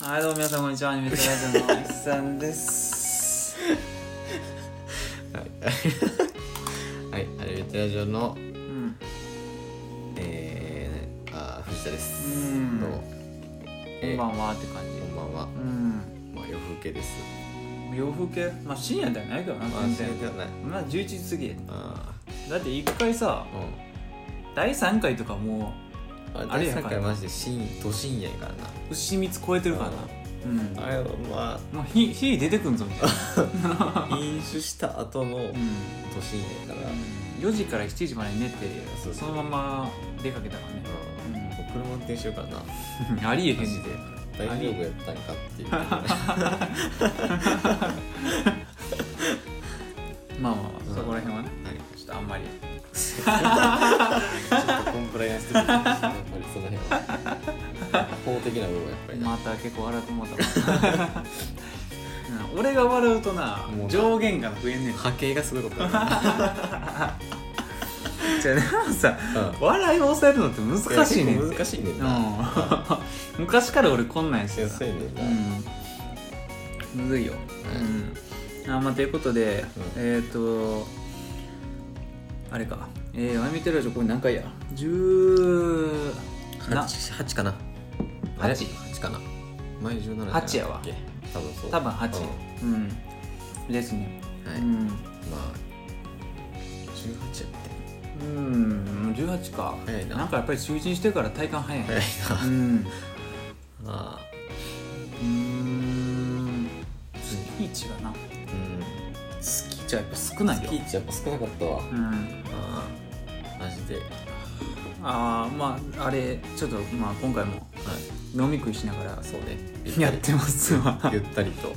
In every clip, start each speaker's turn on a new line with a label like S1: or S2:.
S1: はいどうも皆さんこんにちはアニメテラジオのいっさんです
S2: はい、はい、アルベテラジオの、
S1: うん
S2: えー、あー藤田です。
S1: うん
S2: どうも。
S1: こんば
S2: は。
S1: んはって感
S2: こ
S1: じ
S2: んばんは。
S1: うん
S2: まあ、夜更けです。
S1: 洋風系まあ深夜ではないけどな
S2: まあ、
S1: 全
S2: 全
S1: 然
S2: 然ではない。
S1: まあ11時過ぎ
S2: あ
S1: だって一回さ
S2: あ、う
S1: 第3回とかも
S2: ん。
S1: あ
S2: あ
S1: れ
S2: れ、
S1: やか
S2: さ
S1: ら
S2: っきマジで深、都深夜やから
S1: うしみつ超えてるからなうん
S2: な。あれは、ま
S1: もう火火出てくんぞみたいな
S2: あ、飲酒した後の
S1: う
S2: 都
S1: ん
S2: 深夜やから。うん。
S1: 4時から7時まで寝て
S2: そう
S1: そ
S2: そう
S1: のまま出かけたからね
S2: もう車運転しようからな。
S1: うんありえへん
S2: マ
S1: で
S2: ジで。大丈夫やったんかっていう。
S1: まあまあまあ
S2: うん
S1: そこら辺はね
S2: はい
S1: ちょっとあんまり
S2: コンプライアンスとかやっぱりその辺は 法的な部分はやっぱりな、
S1: また結構笑ってもうたわうん 俺が笑うとな
S2: もうな
S1: 上限が増えんねん
S2: 波形がすごいことだな
S1: じゃあ でもさ
S2: うん
S1: 笑いを抑えるのって難しいねん
S2: や
S1: て
S2: 結構難しいねんな、
S1: うん 昔から俺こんなんやし
S2: 先
S1: さ
S2: 生ねんな、
S1: うんむずいよ、うんあまあということで、
S2: う
S1: えっ、とあれかえー、あゆみテラジオこれ何回や10な
S2: 八八かなあれ
S1: 八
S2: 八かな前17じゃなかったっ
S1: 八やわ
S2: け多分そう
S1: 多分8
S2: うん
S1: うん、ですね
S2: は
S1: う
S2: い、
S1: ん、
S2: まあ18やって
S1: うん、18か
S2: 早いな
S1: なんかやっぱり就任してから体感早いね
S2: 早
S1: う
S2: い な
S1: ん
S2: あ
S1: うーんスピーチがな
S2: ーうん
S1: スキーチはやっぱ少ない
S2: ス
S1: よ
S2: キーチやっぱ少なかったわ、
S1: うん
S2: ああマジで、はい、
S1: ああまああれちょっとまあ今回も飲み食いしながら
S2: そうね
S1: やってます わゆ
S2: ゆったりと、
S1: っ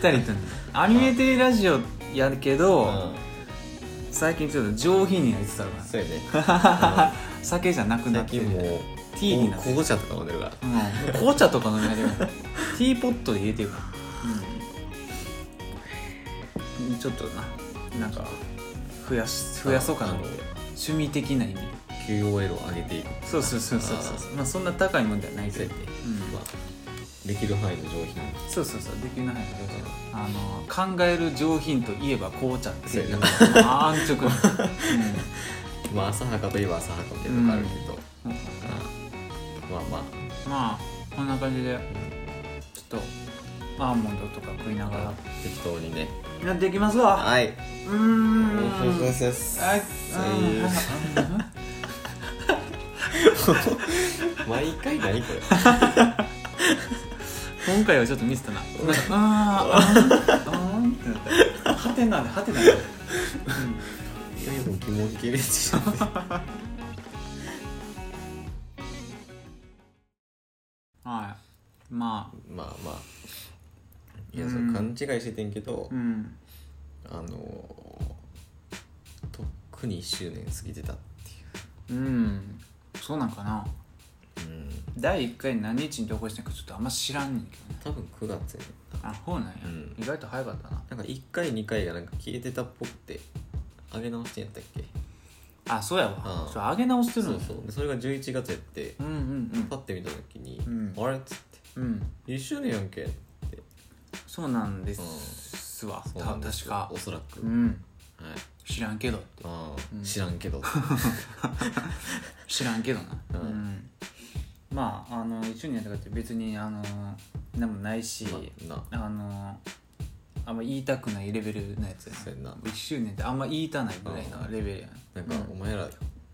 S1: たりとねアニメテレラジオやるけど、
S2: う
S1: 最近ちょっと上品になりつつあるか
S2: ん、
S1: ら
S2: そう やね
S1: 酒じゃなくな
S2: 最
S1: って
S2: 近
S1: る
S2: もう
S1: ティーになってる、
S2: 紅茶とか飲んでるから
S1: うん、紅茶とか飲みなが らティーポットで入れてるから、うん、ちょっとななんか増やし増やそうかな
S2: あ
S1: っ
S2: の
S1: て趣味的な意味
S2: QOL を上げていく
S1: そうそうそうそうそうまあそんな高いもんではない
S2: そ
S1: け
S2: うやっ
S1: ど
S2: て、
S1: ん
S2: まあ、できる範囲の上品
S1: そうそうそうできるないあの考える上品といえば紅茶っていう
S2: そうや
S1: あ安直 な、
S2: まあ浅はかといえば浅はかみたいなのがあるけど、
S1: うんうん
S2: まあまあ
S1: まあこんな感じでちょっとアーモンドとか食いながら
S2: 適当にね
S1: やっていきますわ
S2: はいう
S1: ーん
S2: そうそうそうそう
S1: はい
S2: そういう毎回何これ
S1: 今回はちょっとミスったなあーあーあーってなったはてなではてなで
S2: いやいやもう疑問系で しょ
S1: はいまあ
S2: まあまあいやそれ勘違いしててんけど、
S1: うん
S2: あのーとっくに1周年過ぎてたって
S1: うんそうなんかな
S2: いううん
S1: 第1回何日に投稿してんかちょっとあんま知らんねんけどね
S2: 多分9月やねんな
S1: あそうなんや、
S2: うん
S1: 意外と早かったな
S2: なんか1回2回がなんか消えてたっぽくて上げ直してんやったっけ
S1: あそうやわ
S2: うん
S1: そう上げ直してる
S2: そ
S1: の
S2: うそうでそれが11月やって
S1: うんうん
S2: パッて見た時に「
S1: うん
S2: あれ?」っつって
S1: うんうん
S2: 「1周年やんけ」って
S1: そうなんですわ、
S2: そう
S1: た
S2: なんです
S1: 確か
S2: おそらく、
S1: う
S2: はい
S1: ん知らんけどって
S2: あー
S1: うん
S2: 知らんけど
S1: 知らんけどな、
S2: うん
S1: うんまああの一緒にやったからって別にあの何もないし、
S2: ま あな
S1: あのあんま言いたくないレベルのやつや
S2: そうやな
S1: 1周年ってあんま言いたないぐらいのレベルや
S2: なんかお前ら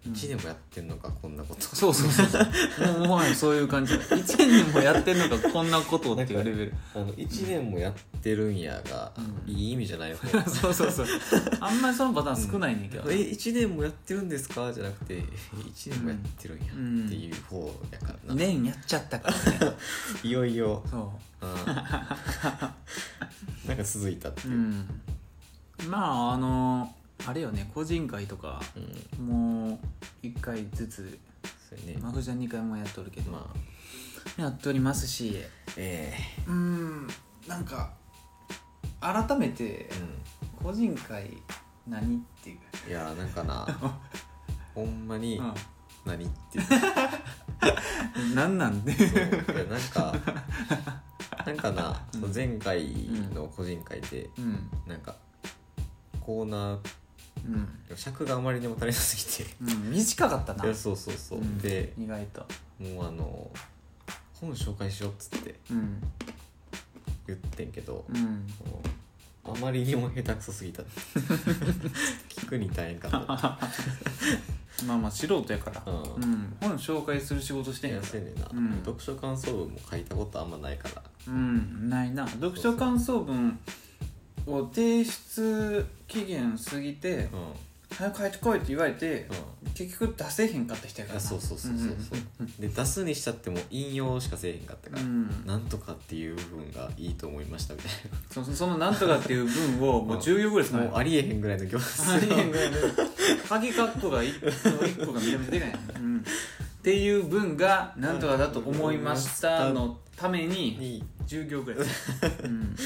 S2: 1年もやってんのかこんなこと
S1: そうそうそうそう もうもはやそういう感じ1年もやってんのかこんなことっていうレベル
S2: あの1年もやってるんやが
S1: うん
S2: いい意味じゃない 方
S1: そうそうそうあんまりそのパターン少ないねんけど、
S2: え1年もやってるんですかじゃなくて1年もや ってるんや
S1: うん
S2: っていう方やからな、
S1: 年やっちゃったからね
S2: いよ いよ
S1: そ
S2: うんなんか続いたって
S1: う
S2: いうう、
S1: んまああのあれよね個人会とか
S2: うん
S1: もう1回ずつ
S2: そうやね
S1: まふじゃん2回もやっとるけど、
S2: まあ
S1: やっとりますし
S2: え
S1: うんなんか改めて
S2: え
S1: 個人会何っていう
S2: うんいやーなん かなほんまに
S1: う、
S2: 何っていうん
S1: 何なんで
S2: そういやなんかなんかなんかな、
S1: うん
S2: そう前回の個人会で、
S1: うん
S2: なんかコーナ
S1: うん、
S2: ー尺があまりにも足りなすぎて
S1: うん、短かったない
S2: やそうそうそう、
S1: うん
S2: で
S1: 意外と
S2: もうあの本紹介しようっつって
S1: うん
S2: 言ってんけど、
S1: うん
S2: もうあまりにも下手くそす ぎた聞くに大変かな
S1: まあまあ素人やから、
S2: うん
S1: うん、本紹介する仕事してんや
S2: や
S1: か
S2: せんねんな、
S1: うん
S2: 読書感想文も書いたことあんまないから
S1: らうんないな読書感想文を提出期限過ぎて
S2: うん
S1: 「早く帰ってこい」って言われて
S2: う
S1: 結局出せへんかった人や
S2: ん
S1: か
S2: あ
S1: ら
S2: そうそうそうそうそう、
S1: うん
S2: で出すにしたっても引用しかせえへんかった
S1: う
S2: から、
S1: ん、
S2: なんとかっていう部分がいいと思いましたみたい
S1: そそのなんとかっていう文をもう
S2: うん
S1: 10行ぐらいです
S2: な、もうありえへんぐらいの行
S1: あり
S2: 数
S1: えへんぐらいで鍵カッコが 1, 個がめちゃめちゃでかいね、うん、っていう文がなんとかだと思いましたのために
S2: に
S1: 10行ぐらい、うん、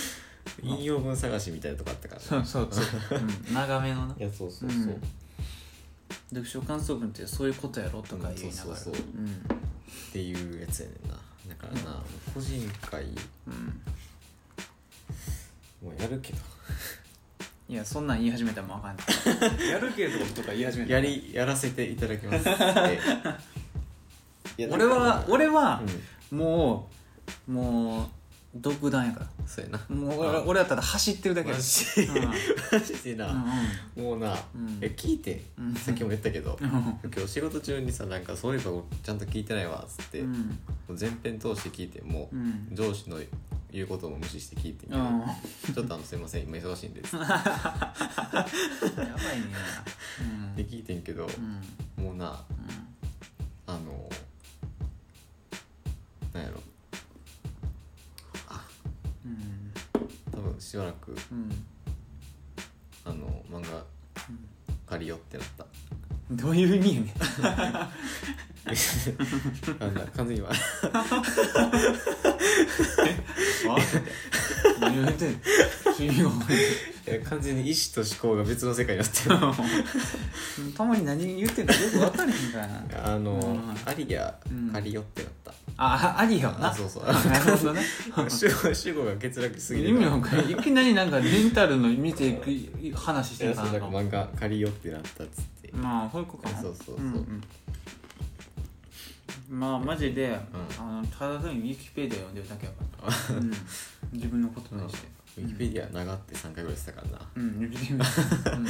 S2: 引用文探しみたいなとこあったから、ね、
S1: うそうそう、うん、 長めのない
S2: やそうそううそう、
S1: ん読書感想文ってそういうことやろとか言いな
S2: そう
S1: がら
S2: そうそう
S1: うん
S2: っていうやつやねんなだからな個人会
S1: うん
S2: もうやるけど
S1: いやそんなん言い始めたらもうあかんね やるけどとか言い始めたら
S2: やりやらせていただきます いや
S1: 俺は俺は
S2: うん、
S1: もうもう独断やから
S2: そうやな
S1: もう俺俺だったら走ってるだけや
S2: マジ
S1: うん
S2: マジでな、
S1: う
S2: もうな、
S1: うん
S2: え聞いて
S1: うん
S2: さっきも言ったけど、
S1: んうん
S2: 今日仕事中にさなんかそういえばちゃんと聞いてないわっつって、
S1: う
S2: も
S1: ん
S2: う前編通して聞いても
S1: う
S2: う、
S1: ん
S2: 上司の言うことも無視して聞いてみ
S1: う
S2: たい
S1: ん
S2: なちょっとあのすいません今忙しいんですっ
S1: やばいねうん
S2: て聞いてんけど、
S1: うん
S2: もうなあのなんやろ
S1: うん
S2: 多分しばらく
S1: うん
S2: あの漫画借りよってなった
S1: うんどういう意味やねん
S2: あんな完全に今
S1: わ何を言ってんの不思議な思い
S2: いや完全に意志と思考が別の世界になってる
S1: たまに何言ってんのかよく分かれへんからな
S2: あの、
S1: うん
S2: アリア
S1: うん
S2: 借りよってなった、
S1: あありよな
S2: あそうそう
S1: なるほどね
S2: 主語主語が欠落しすぎ
S1: 意
S2: て
S1: 味わかんないいきなりなんかレンタルの見ていく話し
S2: い
S1: て
S2: や
S1: るか
S2: そう
S1: な
S2: だ
S1: と
S2: から
S1: 思う
S2: 漫画借りよってなったっつって
S1: まあそういうことかな
S2: そうそうそう
S1: うんうんまあマジで、
S2: ん
S1: あのただ単にウィキペディア読んでるだけやから、うん、自分のことにして
S2: ウィキペディア長って3回ぐらいしてたからな
S1: うんウィキペディア、うん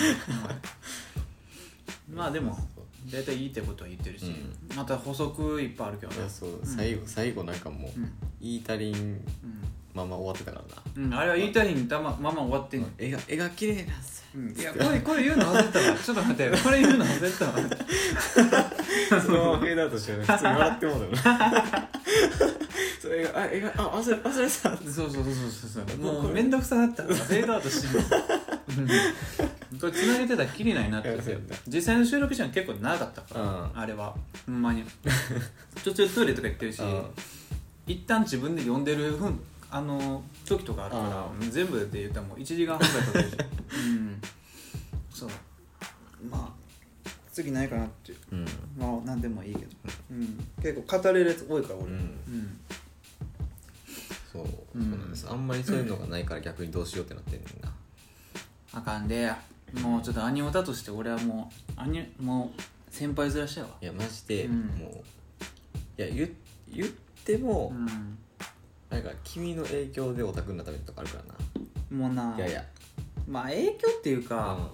S1: うんまあでも
S2: そうそう
S1: 大体いいってことは言ってるし、また補足いっぱいあるけど
S2: いや
S1: ね
S2: そう最後、最後なんかもう、
S1: うん
S2: 言いたりんまま終わってたからな
S1: うん、うん、あれは言いたいにたままま終わってんの、
S2: 絵が絵が綺麗なんす
S1: うん、いやこれこれ言うの忘れたわちょっと待ってこれ言うの忘れたわ
S2: よそのままフェードアウトしてね普通に笑ってもうたな そう絵があ絵があ忘れ忘れてた
S1: そうそうそうそうそうも
S2: も
S1: う
S2: う
S1: 面倒くさなったからフェードアウトしてるうんこれ繋げてたらきりないなって
S2: いやそうやんな
S1: 実際の収録時間結構長かったから、
S2: うん
S1: あれはほんまに途中トイレとか行ってるし、一旦自分で読んでる分あの時とかあるから、全部で言ったらもう1時間半ぐらいかかるし うんそうまあ次ないかなっていう
S2: うん
S1: まあ何でもいいけど、うん、結構語れるやつ多いから
S2: う
S1: 俺
S2: ん
S1: うん
S2: そう、
S1: うん
S2: そうなんですあんまりそういうのがないから逆にどうしようってなってんねんな
S1: あかんでもうちょっと兄オタとして俺はもう兄もう先輩ずらしたわ
S2: いやマジで、
S1: うん
S2: もういや言言っても、
S1: う
S2: なんか君の影響でオタクになったみたいなとこあるからなん
S1: もうない
S2: やいや
S1: まあ影響っていうか、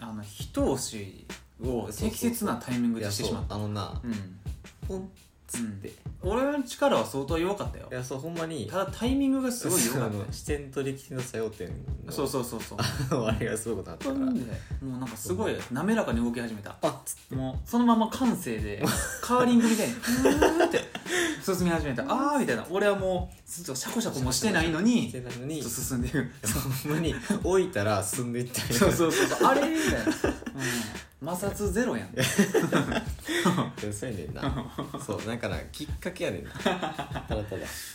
S1: あの人押しを適切なタイミング
S2: うんい
S1: で
S2: や
S1: して
S2: そう
S1: しまった
S2: あのな、
S1: うん
S2: ポンっつって、い
S1: 俺の力は相当弱かったよ
S2: やそうほんまに
S1: ただタイミングがすごい弱か
S2: あ
S1: ったよ
S2: の視点と歴史の作用点の
S1: そうそうそうそう
S2: うあれがすごいことあったから
S1: なんでもうなんかすごい滑らかに動き始めた
S2: パッつって
S1: もうそのまま感性でカーリングみたいにふーって進み始めたあーみたいな俺はもうずっとシャコシャコもしてないの に
S2: してないのに
S1: ちょっと進んでいく
S2: ほんまに置いたら進んでいったり
S1: そうそうそうそうあれみたいな、うん、摩擦ゼロやん
S2: いやそうやねんな そうなんかなきっかけやねんなただただ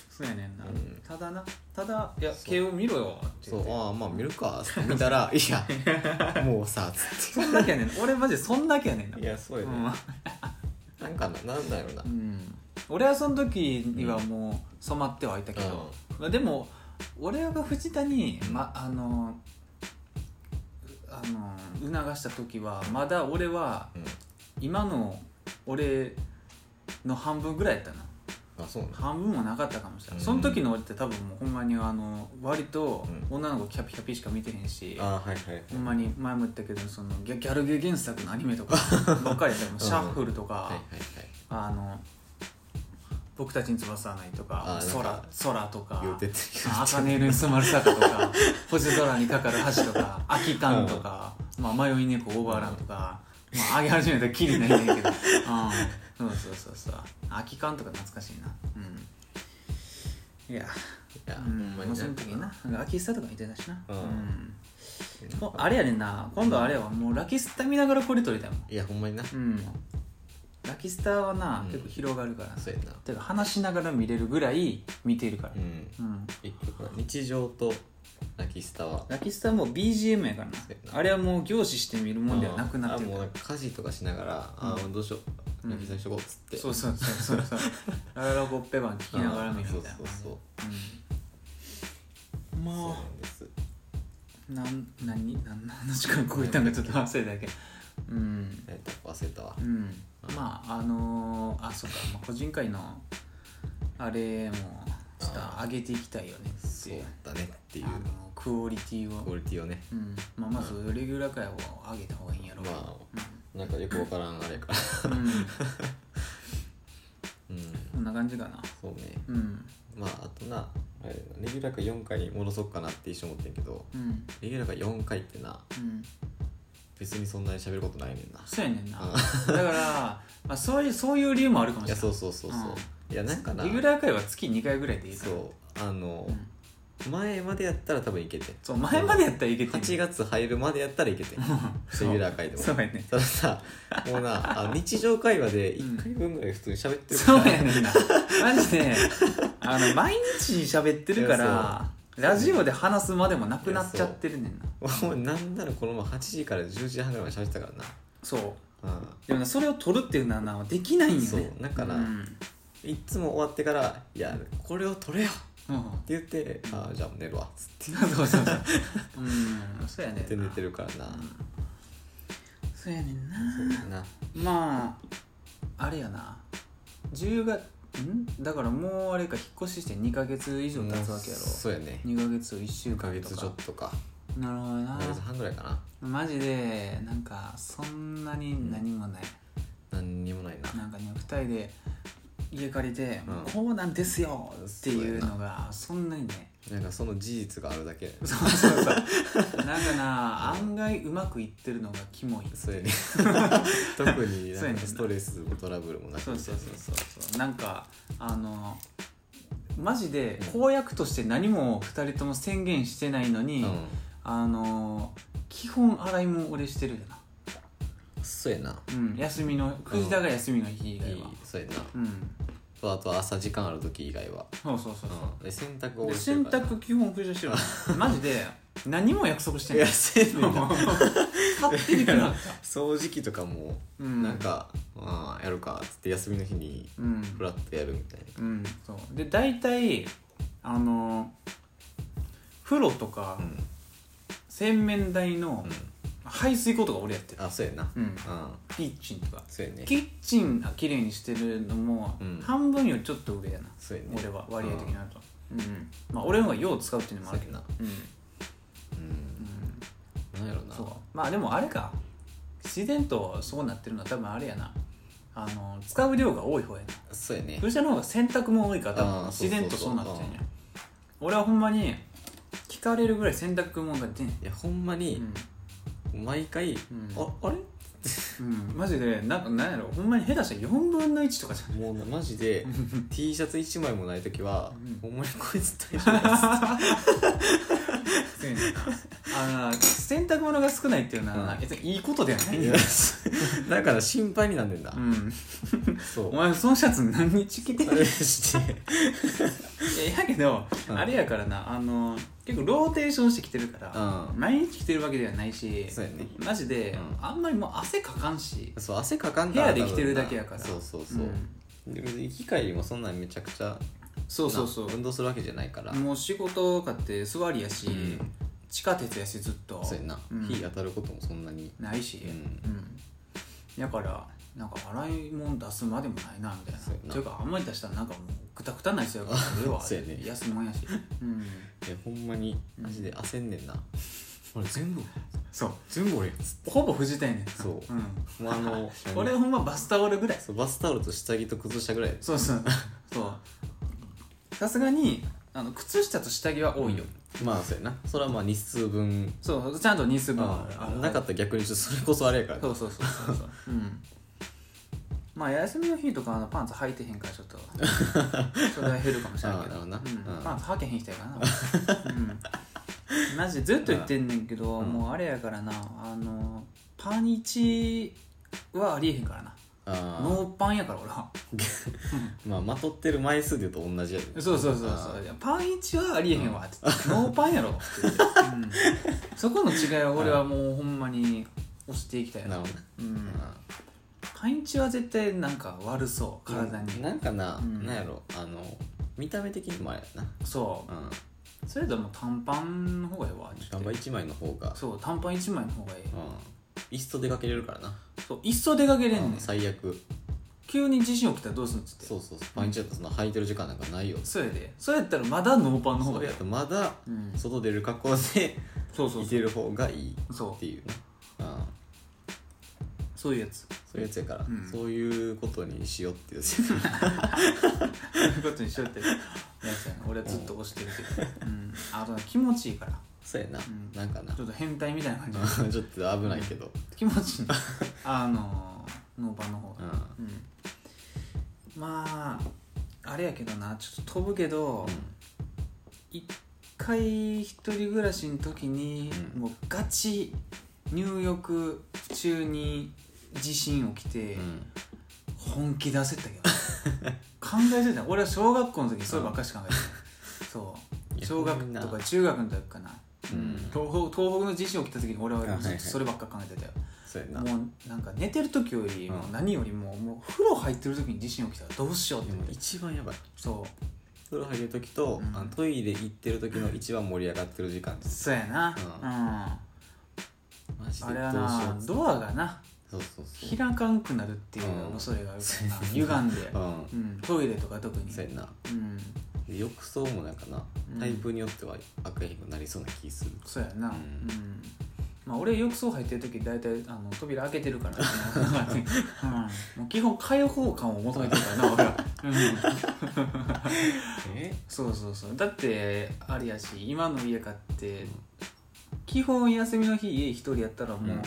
S1: そうやねんな、
S2: うん
S1: ただなただいや
S2: そう
S1: 慶応見ろよって
S2: そ
S1: 言って
S2: うああまあ見るかつって見たら いやもうさつ
S1: そんだけやねん俺マジでそんだけやねんな
S2: っていやそうや
S1: う
S2: ね、
S1: ん
S2: なんかななんだろうな
S1: うん俺はその時にはもう染まってはいたけど、まあでも俺が藤田に、ま、あのあの促した時はまだ俺は今の俺の半分ぐらいやったな
S2: あそうなの
S1: 半分もなかったかもしれない、
S2: うん
S1: その時の俺って多分もうほんまにあの割と
S2: う
S1: 女の子キャピキャピしか見てへんし、
S2: あはいはい
S1: ほんまに前も言ったけどそのギャギャルゲー原作のアニメと かばっかりやったよシャッフルとか、
S2: はいはい
S1: あの僕たちに翼はないとか
S2: あなん
S1: 空
S2: か
S1: 空とか
S2: はい言うてって
S1: あ赤ネイルに染まる坂とか星空にかかる橋とか秋ンとか、まあ、迷い猫オーバーランとか、まあ、上げ始めたらきりないねんけど、うん、そうそうそうそう秋ンとか懐かしいなうんいや
S2: いや
S1: う
S2: ほ
S1: ん
S2: ん
S1: も
S2: ま
S1: う
S2: に
S1: その時にななんか秋スタとか見てたしな
S2: うん
S1: もうあれやねんな今度あれはもうラキスタ見ながらこれ撮りたいもん
S2: いやほんまにな
S1: うんラキスタはな、
S2: うん
S1: 結構広がるから
S2: そうやな
S1: てか話しながら見れるぐらい見てるから
S2: うん
S1: うん
S2: 結局日常とラキスタは
S1: ラキスタはもう BGM やからな
S2: そうやな
S1: あれはもう凝視して見るもんではなくなって
S2: あ
S1: る
S2: も
S1: か
S2: う
S1: ら
S2: なんか家事とかしながらあ
S1: う
S2: ーどうしよう
S1: うん
S2: ラキスタにしとこうっつって
S1: そうそうそうそうそう ラララゴッペ版聞きながら見るみたいな
S2: あーそうそう
S1: うん
S2: そうそう
S1: ま
S2: なんです
S1: あなん何何の話かこういったんかちょっと忘れたけどうん
S2: えっと忘れたわ
S1: うんまああのーあそっか、まあ、個人会のあれもちょっと上げていきたいよねって
S2: そう
S1: いう
S2: だねっていう
S1: あのクオリティ
S2: クオ
S1: を、
S2: リティをね
S1: うんまあ、まずレギュラー会を上げた方がいいんやろう
S2: まあなんかよくわからんあれか
S1: うんうん
S2: うん
S1: こんな感じかな
S2: そうね
S1: うん
S2: まああとなあれだなレギュラーか4回に戻そうかなって一瞬思ってんけど
S1: うん
S2: レギュラーか4回ってな
S1: うん
S2: 別にそんなに喋ることないねんな
S1: そうやねんな
S2: うん
S1: だから、まあ、そういうそういう理由もあるかも
S2: い
S1: しれ
S2: や
S1: ない
S2: そうそうそうそういやなんかな
S1: レギュラー会は月2回ぐらいでいいから
S2: そうあの
S1: うん
S2: 前までやったら多分いけて
S1: そう前までやったらいけてん
S2: 8月入るまでやったらいけてんレギュラー会でも
S1: そうやね
S2: たださもうな あ日常会話で1回分ぐらい普通に喋ってる
S1: そう
S2: か
S1: や
S2: ら
S1: ねんなマジであの毎日喋ってるか
S2: い
S1: ら
S2: や
S1: ラジオで話すまでもなくなっちゃってるねんな
S2: もうなんならこのまま8時から10時半ぐらいまで喋ってたから
S1: そう
S2: な
S1: でもなそれを取るっていうのはなできないんよね
S2: そうだから
S1: うん
S2: うんいっつも終わってから「いやこれを取れよ!」
S1: うん
S2: って言って「あーじゃあ寝るわ」っつっ
S1: そうそうそううんそうやねんな
S2: て寝てるからな
S1: そうやねんな
S2: そうだな
S1: まああれやな10月んだからもうあれか引っ越しして2ヶ月以上経つわけやろ
S2: そうやね
S1: 2ヶ月1週
S2: 1ヶ
S1: 間と
S2: 月ちょ
S1: か
S2: っとか
S1: なるほど
S2: 1
S1: な
S2: ヶ月半ぐらいかな
S1: マジでなんかそんなに何もない、
S2: 何にもないな
S1: なんかね2人で家借りて、
S2: うん
S1: こうなんですよっていうのがそんなに ね
S2: なんかその事実があるだけ
S1: そうそうそうなんかな案外うまくいってるのがキモい
S2: そ うやね特に
S1: そう
S2: な
S1: やね
S2: ん
S1: ん
S2: か
S1: な
S2: ストレスもトラブルもなく
S1: そうそうそう
S2: う
S1: そうそうなんかあのマジで公約として何も2人とも宣言してないのに、
S2: う
S1: あの基本洗いも俺してるよな、
S2: んそうやな
S1: うん、休みの藤田が休みの日以
S2: い
S1: 外
S2: い
S1: は
S2: そうやな
S1: うん
S2: とあと朝時間ある時以外は、
S1: そうそうそうそう
S2: うん、で洗濯を
S1: で
S2: 俺して
S1: 洗
S2: るからな
S1: 濯基本藤田してるのマジで何も約束して
S2: い
S1: な
S2: や
S1: い
S2: せんねんな
S1: 勝手に来なかった
S2: 掃除機とかも
S1: うん
S2: なんか、ああやるかっつって休みの日に
S1: うん
S2: フラッとやるみたいな
S1: うんそうで大体あの風呂とか、
S2: うん
S1: 洗面台の
S2: うん
S1: 排水口とか俺やってる、
S2: あそうやな
S1: うん、
S2: うん
S1: キッチンとか
S2: そうやね
S1: キッチンあ綺麗にしてるのも、
S2: うん
S1: 半分よりちょっと上やな
S2: そうやね
S1: 俺は割合的になると、うんまあ俺の方がよう使うっていうのもあるけどなうん、
S2: うんなんやろな
S1: そうまあでもあれか自然とそうなってるのは多分あれやなあの使う量が多い方やな
S2: そうやね
S1: 古車の方が洗濯も多いから多
S2: あ
S1: 分
S2: ー
S1: 自然と
S2: そ
S1: そううな
S2: そう
S1: っ
S2: そう
S1: ちゃうんや俺はほんまに聞かれるぐらい洗濯物が出ん
S2: いやほんまに
S1: うん
S2: 毎回、
S1: ん
S2: ああれ
S1: うん、マジでなんかなんやろほんまに下手したら4分の1とかじゃん
S2: もうマジ で T シャツ1枚もない時は、
S1: うん
S2: ほんまにこいつ大丈夫です
S1: あの洗濯物が少ないっていうのは、
S2: うん
S1: 別にいいことではない
S2: い
S1: よ
S2: や、だから心配になんねんだ
S1: う。ん、
S2: そ
S1: お
S2: う。
S1: 前そのシャツ何日着てる
S2: あれして。
S1: いややけど、
S2: うん
S1: あれやからなあの結構ローテーションしてきてるから、
S2: う
S1: 毎日着てるわけではないし
S2: ん。そうやね。
S1: マジで、
S2: うん
S1: あんまりもう汗かかんし
S2: そう、汗かかん
S1: 部屋で着てるだけやから
S2: そうそうそう。
S1: ん
S2: で別に行き帰りもそんなめちゃくちゃ
S1: そうそうそう
S2: な運動するわけじゃないから
S1: もう仕事かって座りやし、
S2: うん
S1: 地下鉄やしずっと
S2: そうやんな、
S1: うん
S2: 火当たることもそんなに
S1: ないし
S2: うん
S1: うんだからなんか洗い物出すまでもないなみたい
S2: そうや
S1: な
S2: な
S1: というかあんまり出したらなんかもうぐたぐたになりそうやからそれは
S2: そうやね
S1: 安いもんやし、うん、
S2: いやほんまにマジで焦んねんな、俺全部
S1: そう
S2: 全部俺やつ
S1: ほぼ不二店やねんん
S2: そもうあの
S1: 俺ほんまバスタオルぐらい
S2: そうバスタオルと下着と靴下ぐらい
S1: そうそうそうさすがにあの靴下と下着は多いよ、
S2: まあそうやなそれはまあ日数分
S1: そうちゃんと日数分
S2: あ
S1: ある
S2: なかったら逆にちょっとそれこそあれやから
S1: そうそうそうそうそううんまあ休みの日とかあのパンツ履いてへんからちょっとそれは減るかもしれないけど
S2: あーなるほどな
S1: うん
S2: うん
S1: パンツ履けへん人やからな、うん、マジでずっと言ってんねんけど、
S2: うん
S1: もうあれやからなあのパンイチはありえへんからな
S2: あー
S1: ノーパンやから俺は
S2: まあまとってる枚数で言うと同じやで
S1: そうそうそう
S2: あ
S1: そういやパンイチはありえへんわって言ってノーパンやろって言って、うん、そこの違いは俺はもうほんまに押していきたい
S2: ーな
S1: な、
S2: るほど
S1: うん、
S2: な
S1: パンイチは絶対なんか悪そう体に、
S2: なんかな、
S1: うん
S2: なんやろあの見た目的にもあれや
S1: そ
S2: なうん
S1: うそれともう短パンの方がええわって
S2: 頑張り1枚の方が
S1: そう短パン1枚の方がえ
S2: うんいっそ出かけれるからな、
S1: えそう一層出かけれんねん
S2: うん最悪
S1: 急に地震起きたらどうすんのっつって
S2: そうそうそう毎日だとその履いてる時間なんかないよ
S1: そうやでそうやったらまだノーパンの方
S2: そ
S1: が
S2: れ
S1: え
S2: やとまだ
S1: えうん
S2: 外出る格好で
S1: そうそう
S2: い
S1: そ
S2: て
S1: う
S2: る方がいい
S1: そ
S2: って
S1: う
S2: いうねうん
S1: そういうやつ
S2: そういうやつやから、
S1: うん
S2: そういうことにしようっていう
S1: そういうことにしようってやつやな俺はずっと押してるけど、うん、あと気持ちいいから
S2: そうやな、
S1: ん
S2: なんかな
S1: ちょっと変態みたいな感じ
S2: ちょっと危ないけど、
S1: 気持ちいいねあのノーパンの方が
S2: うん
S1: うん、まああれやけどなちょっと飛ぶけど一、回一人暮らしの時に、
S2: うん
S1: もうガチ入浴中に地震起きて、
S2: うん
S1: 本気出せたけど 考えてた俺は小学校の時そればっかし考えてたそう
S2: いや
S1: 小
S2: みん
S1: 学
S2: な
S1: とか中学の時かな、
S2: うん
S1: 東北東北の地震起きた時に俺はずっとそればっか考えてたよ
S2: そうやなでも
S1: もうなんか寝てる時より
S2: うん
S1: もう何よりももう風呂入ってる時に地震起きたらどうしようって
S2: 一番やばい
S1: そ
S2: 風呂入る時と、
S1: うん
S2: あのトイレ行ってる時の一番盛り上がってる時間で
S1: う
S2: す
S1: そうやな
S2: マジ
S1: うん
S2: で
S1: あれは
S2: どうしよ
S1: な
S2: う
S1: ドアがな
S2: そうそうそう
S1: 開かんくなるっていう
S2: うん
S1: 恐れがあるからな
S2: そう
S1: 歪
S2: やなん
S1: で
S2: うん
S1: うんトイレとか特に
S2: そうやな
S1: うん
S2: で浴槽もなんかな
S1: うん
S2: タイプによっては悪影響になりそうな気する、
S1: そうやなう
S2: うん
S1: んまあ俺浴槽入ってる時大体あの扉開けてるからうんもう基本開放感を求めてるからな俺はうん
S2: え
S1: そうそうそうだってあれやし今の家買って基本休みの日家一人やったらもう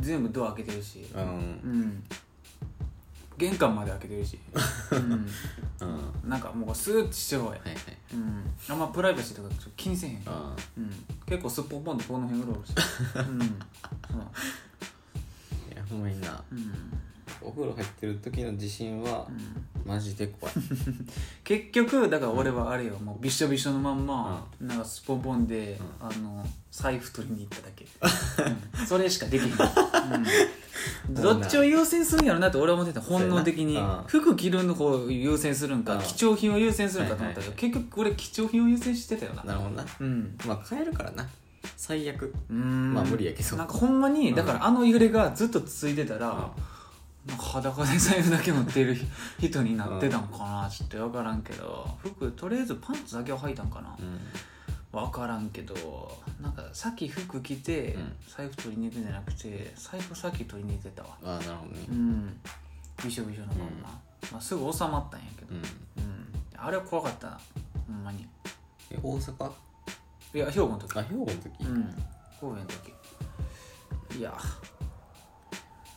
S1: 全部ドア開けてるし
S2: う
S1: うんん玄関まで開けてるし、う
S2: うんはい
S1: ん、なんかもうスーッとしてる方がいい、
S2: はい
S1: うん、あんまプライバシーとかちょっと気にせえへん、
S2: あ
S1: うん、結構すっぽんぽんとこの辺うろうろしてうん
S2: ーいやほんまにな
S1: うん
S2: お風呂入ってる時の地震は
S1: うんうん
S2: マジで 怖い
S1: 結局だから俺はあれよもうびしょびしょのまんま、なんかスポンポンで、あの財布取りに行っただけ、うんそれしかできへん、うん
S2: もう
S1: ど
S2: な
S1: っちを優先するんやろなって俺は思ってた本能的に
S2: そうやなうん
S1: 服着るの方を優先するんか
S2: うん
S1: 貴重品を優先するんかと思ったけど、
S2: はい
S1: 結局俺貴重品を優先してたよな
S2: なるほどな
S1: うん
S2: まあ帰るからな最悪
S1: うーん
S2: まあ無理やけど
S1: なんかほんまにだからあの揺れがずっと続いてたら、なんか裸で財布だけ持っている人になってたんかなちょっと分からんけど服とりあえずパンツだけは履いたんかな
S2: うん
S1: 分からんけどなんかさっき服着て
S2: うん
S1: 財布取りに行くんじゃなくて財布さっき取りに行ってたわ
S2: ああなるほどね
S1: うんびしょびしょのまんま
S2: うん、
S1: まあ、すぐ収まったんやけど
S2: う、
S1: う
S2: ん
S1: ん、あれは怖かったなほんまに
S2: え大阪
S1: いや兵庫の時
S2: あ兵庫の時、
S1: うん神戸の時いや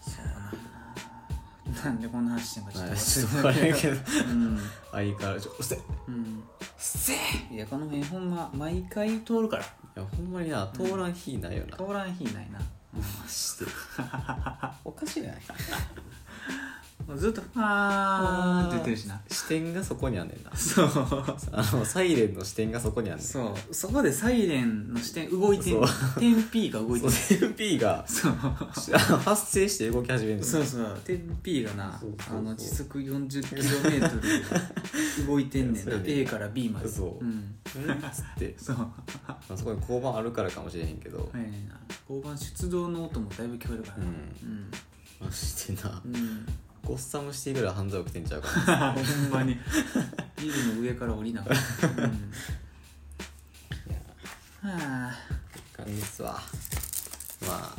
S1: そうだななんでこんな話してんかちょっと
S2: はいち
S1: 忘れたけ
S2: ょっと 分からんけ
S1: ど
S2: ど
S1: うん
S2: 相変わらずうっせい
S1: うん
S2: せい
S1: いやこの辺ほんま毎回通るから
S2: やほんまにな通らん日ないよ な、
S1: 通らん日ないな
S2: マジでおかしいない
S1: ずっと「あー」って言ってるしな
S2: 視点がそこにあんねんな
S1: そう
S2: あのサイレンの視点がそこにあんねん
S1: そうそこでサイレンの視点動いてる点 P が動いてる
S2: そう MP が
S1: そう
S2: あの発生して動き始めるの
S1: そうそう点 P がな
S2: そうそうそう
S1: あの時速 40km 動いてんねんな
S2: そうやね
S1: A から B まで
S2: そうんうんっつって
S1: そう
S2: まあそこに交番あるからかもしれへんけど、
S1: ええな交番出動の音もだいぶ聞こえるから
S2: う
S1: なんうん
S2: ましてな
S1: うん
S2: ゴッサムシティぐらい犯罪起きてんちゃうかな
S1: ほんまにビルの上から降りながら、うんは
S2: 感じっすわま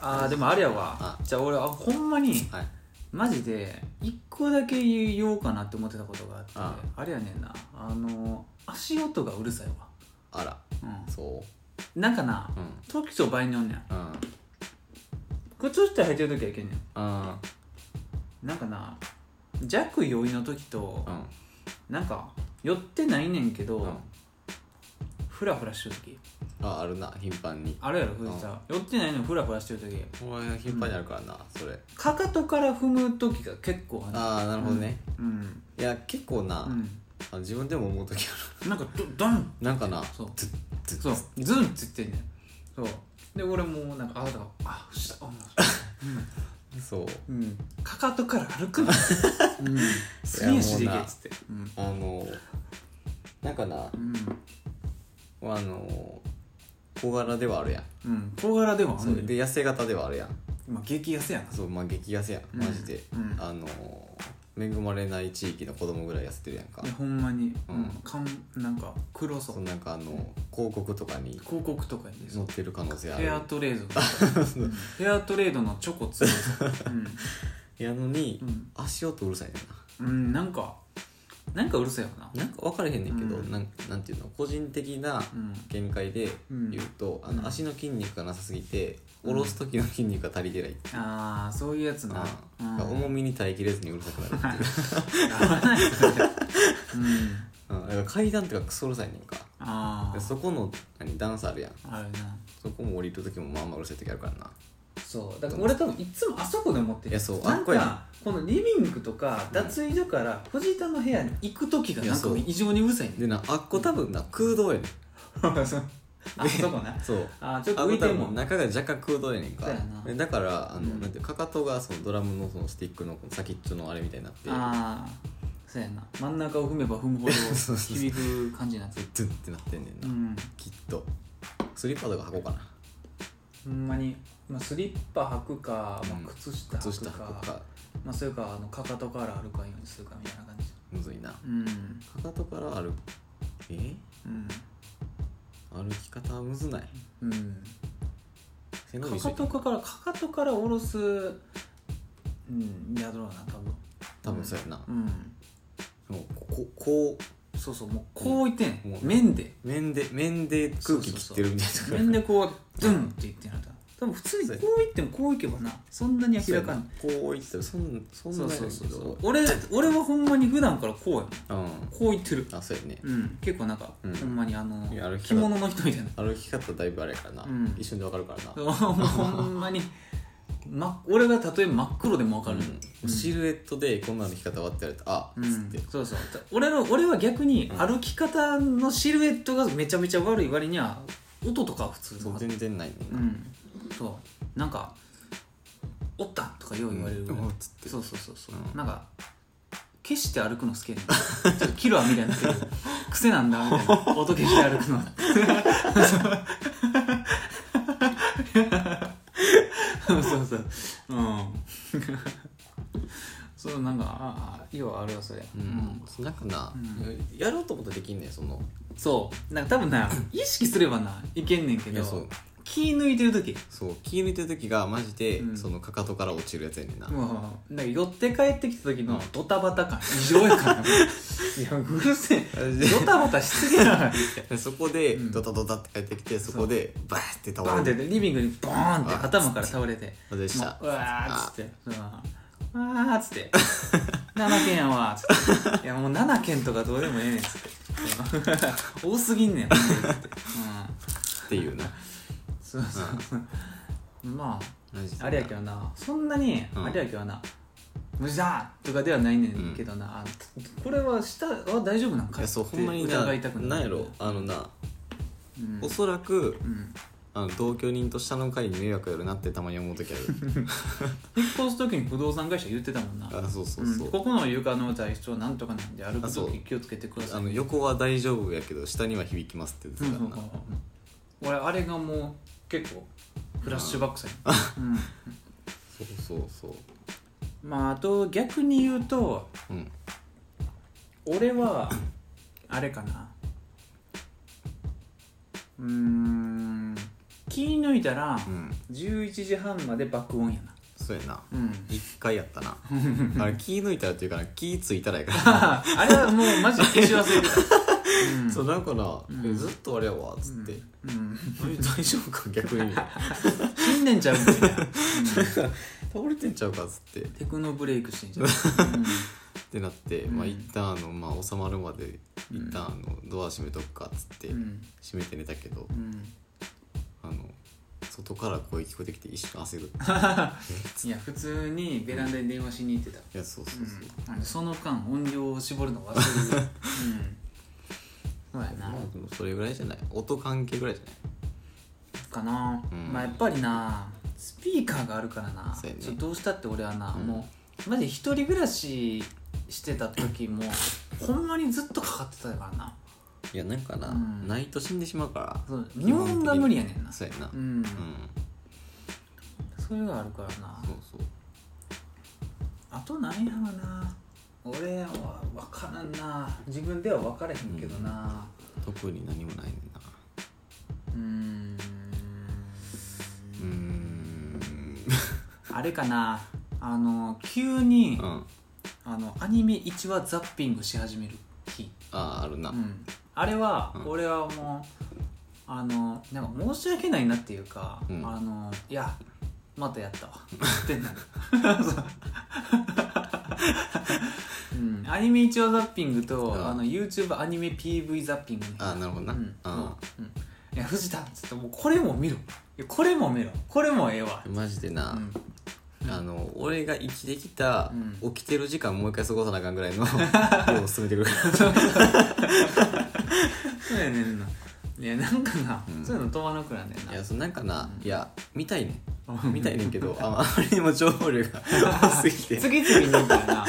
S1: ああーでもあれやわ
S2: あ
S1: じゃあ俺あほんまに
S2: あはい
S1: マジで一個だけ言おうかなって思ってたことがあってあ
S2: あ
S1: れやねんなあの足音がうるさいわ、
S2: あら
S1: う
S2: そ
S1: ん、なんかな
S2: ううん
S1: 時と場合によんねん
S2: うん
S1: 靴下履いてる時はいけんね
S2: あ
S1: んなんかな弱酔いの時と
S2: ーうん
S1: なんか寄ってないねんけど、
S2: うん
S1: フラフラしてる時
S2: ああるな頻繁に
S1: あれやろ藤井さん寄ってないのにフラフラしてる時
S2: 俺頻繁にあるからな、それ
S1: かかとから踏む時が結構あ
S2: ああなるほどね、
S1: るうん、
S2: いや結構な、
S1: う
S2: あの自分でも思う時あ
S1: ん、なんかドドン
S2: るなんかな
S1: そう
S2: ずず
S1: そうズンって言ってんねんそうで俺もうなんかあだからあしたあ
S2: そう
S1: うんかかとから歩 くな、うん、すげえ刺激っつってうん
S2: あのなんかな
S1: うん
S2: あの小柄ではあるやん、
S1: うん小柄でもあ
S2: そ
S1: んね
S2: うんで痩せ型ではあるやん
S1: まあ激痩せやな
S2: そうまあ激痩せやんマジで、
S1: うん
S2: あの恵まれない地域の子供ぐらい痩せてるやんか
S1: いやほんまに、う
S2: うん
S1: ん、かんなんか黒そ
S2: そううなんかあの広告とかに
S1: 広告とかに
S2: 載ってる可能性ある
S1: ヘアトレードとか、うんヘアトレードのチョコつけて
S2: やのに、
S1: うん、うん
S2: 足音うるさいねんな
S1: うん、なんかなんかうるさいよな
S2: なんか分かれへんねんけど、
S1: うん
S2: なんなんていうの個人的な
S1: うん
S2: 見解で言うと、
S1: ん
S2: あ
S1: うん
S2: の足の筋肉がなさすぎて、
S1: うん
S2: 下ろす時の筋肉が足りてないっていう
S1: ああそういうやつな
S2: か、
S1: うん
S2: 重みに耐えきれずにうるさく なるっていう、
S1: 合わないそれうん
S2: うん、だから階段とかクソうるさいねんか
S1: あ
S2: で
S1: あ
S2: そこの何段差あるやん
S1: あるな
S2: そこも降りる時もまあまあうるさい時あるからな
S1: そうだから俺多分いつもあそこで思ってる
S2: いやそう
S1: な
S2: あっ
S1: ん
S2: こや
S1: かこのリビングとか脱衣所から藤田の部屋に行く時がなんか
S2: いやそう
S1: 異常にうるさいね
S2: でなあっこ多分な空洞やねん
S1: あそこな
S2: そう
S1: あーちょっ
S2: あ
S1: と
S2: っ
S1: 浮
S2: こ
S1: いて
S2: 多
S1: るもん
S2: 分中が若干空洞やねんか
S1: そうやな
S2: でだからあの、
S1: うん
S2: なんていうかかとがそのドラムのそのスティックの先っちょのあれみたいになって
S1: ああそうやな真ん中を踏めば踏むほど
S2: そうそうそう
S1: 響く感じになってる
S2: ズンってなってんねん
S1: う
S2: な、
S1: ん
S2: きっとスリッパとか履こうかな
S1: ほんまに、まあ、スリッパ履くか、ま
S2: うん
S1: あ、靴下
S2: 靴
S1: 履く
S2: 下履
S1: か
S2: こうか
S1: まあ、それかあのかかとから歩かんようにするかみたいな感じ
S2: むずいなか
S1: うん
S2: かとから歩くえ
S1: うん
S2: 歩き方はむずない
S1: うん
S2: 背伸びし
S1: かか
S2: て
S1: とからかかとから下ろすうんやろうな多分
S2: 多分そうやな、
S1: うん
S2: もうこここ
S1: そうそうもうこういってん、
S2: もう
S1: 面で
S2: う面で面で空気切ってるみたいなとこ
S1: 面でこうドゥンっていってんのだ多分普通にこういってもこういけばなそんなに明らかに
S2: こういったらそんそん
S1: そ
S2: な
S1: う
S2: や
S1: そう
S2: け
S1: そうそう
S2: ど
S1: 俺俺はほんまに普段からこうやもん
S2: うん
S1: こういってる
S2: あそうやね
S1: うん結構なんか、
S2: うん
S1: ほんまにあの
S2: いや歩き
S1: 着
S2: 方
S1: 物の人みたいな
S2: 歩き方だいぶあれやからな、
S1: うん
S2: 一瞬でわかるからな
S1: そうほんまに、ま、俺が例えば真っ黒でも分かる、
S2: うんシルエットでこんな歩き方はって言われたらあ
S1: う
S2: っつっ
S1: ん
S2: て、、
S1: そうそう俺の俺は逆に
S2: うん
S1: 歩き方のシルエットがめちゃめちゃ悪い割には音とかは普通
S2: そ
S1: の
S2: う全然ないねん
S1: う
S2: な、
S1: んそうなんか「おった!」とかよう言われるぐらい、
S2: うんおっつって
S1: そうそうそうそう、
S2: うん
S1: なんか消して歩くの好きやねんちょっとキルアみたいになってる癖なんだみたいな音消して歩くのそうそうそううんそうなんかああ要はあれはそれ、
S2: うんなんかな、
S1: うん
S2: やろうと思ったらできんねんその
S1: そうなんか多分な意識すればないけんねんけ
S2: いやそ
S1: ど
S2: う
S1: 気抜いてる時
S2: そう気抜いてる時がマジで、
S1: うん
S2: そのかかとから落ちるやつやねんな、
S1: もうなんか寄って帰ってきた時のドタバタ感異常や からねいやうるせえドタバタしすぎやから
S2: でそこで
S1: うん
S2: ドタドタって帰ってきて、そこでバーって
S1: バー
S2: 倒
S1: ンっ
S2: れ
S1: て
S2: る
S1: リビングにボーンって頭から倒れて
S2: でし
S1: も
S2: た
S1: ううわーっつってうんうわーっつって7件やわーっつ っていやもう7件とかどうでもええねんっつってうん多すぎんねんほんでっつって
S2: っていうな
S1: うんそうそうそうまあ
S2: マジでな
S1: あれやけどなそんなに
S2: うん
S1: あれやけどな、無事だとかではないねんけどな、あこれは下は大丈夫なんか
S2: いやそうほんまにな
S1: 疑いたく
S2: なん
S1: い
S2: やろあのな、
S1: うん
S2: おそらく
S1: うん
S2: あの同居人と下の階に迷惑やるなってたまに思う時ある
S1: 引っ越す時に不動産会社言ってたもんな
S2: あそうそうそう、
S1: うんここの床の材質はなんとかなんで歩
S2: あ
S1: く
S2: そう
S1: 時気をつけてくださ
S2: あ
S1: い
S2: の横は大丈夫やけど下には響きますって
S1: う
S2: 言
S1: ん
S2: っ
S1: そ
S2: て
S1: う
S2: た
S1: そうそ
S2: な、
S1: う俺あれがもう結構フラッシュバックされる、うん
S2: そうそうそう
S1: まああと逆に言うと
S2: うん
S1: 俺はあれかなうーん気抜いたら
S2: うん
S1: 11時半まで爆音やな
S2: そうやな
S1: うん
S2: 一回やったなあれ気抜いたらっていうかな気ついたらやから
S1: あれはもうマジで消し忘れてた、うん
S2: そうだから、
S1: ん
S2: えずっとあれやわっつって、
S1: うん、
S2: え大丈夫か 逆に倒
S1: 新年ちゃうみたいな、うん
S2: れてんちゃうかっつってっ
S1: テクノブレイクしてんじゃん、うん
S2: てなって、
S1: ん
S2: まあ一旦あの、まあ、収まるまで一旦あのドア閉めとくかっつって、
S1: うん
S2: 閉めて寝たけど
S1: うん
S2: あの外から声聞こえてきて一瞬焦る
S1: いや普通にベランダに電話しに行ってた、
S2: いやそうそうそう、
S1: うんあの、その間音量を絞るの忘れる、うん、そうやな
S2: まあでもそれぐらいじゃない音関係ぐらいじゃない
S1: かな、
S2: うん
S1: まあやっぱりなスピーカーがあるからな、
S2: そうやね
S1: ちょっとどうしたって俺はな、
S2: うん
S1: もうマジ一人暮らししてた時もほんまにずっとかかってたからない
S2: やなんかな、
S1: うん
S2: ないと死んでしまうから
S1: そう
S2: 基
S1: 無
S2: 本的に
S1: 音が無理やねんな
S2: そうやな
S1: う
S2: うん、
S1: ん、それがあるからな
S2: そうそう
S1: あと何やろな俺は分からんな自分では分かれへんけどな
S2: 特に何もないねんな
S1: うーん
S2: うーん
S1: あれかなあの急に、
S2: うんあ
S1: あのアニメ1話ザッピングし始める日
S2: ああるな、
S1: うん、あれは
S2: うん
S1: 俺はもう、あのなんか申し訳ないなっていうか、
S2: うん
S1: あのいやまたやった わってなるうん、アニメ一応ザッピングと、
S2: うん
S1: あの YouTube アニメ PV ザッピングね
S2: ああなるほどな、
S1: う
S2: うんん、
S1: もううんいや藤田っつってもうこれも見ろいやこれも見ろこれもええわ、
S2: マジでな、
S1: うん
S2: あの俺が生きてきた、
S1: うん
S2: 起きてる時間もう一回過ごさなあかんぐら いの量を進めてくるから
S1: そうやねんないやなんかな、
S2: うん
S1: そういうの飛ばなくなんねんない
S2: やそうなんかな、いや見たいね
S1: うん
S2: 見たいねんけどああまりにも情報量が多すぎ て
S1: 次々にみたいな、うん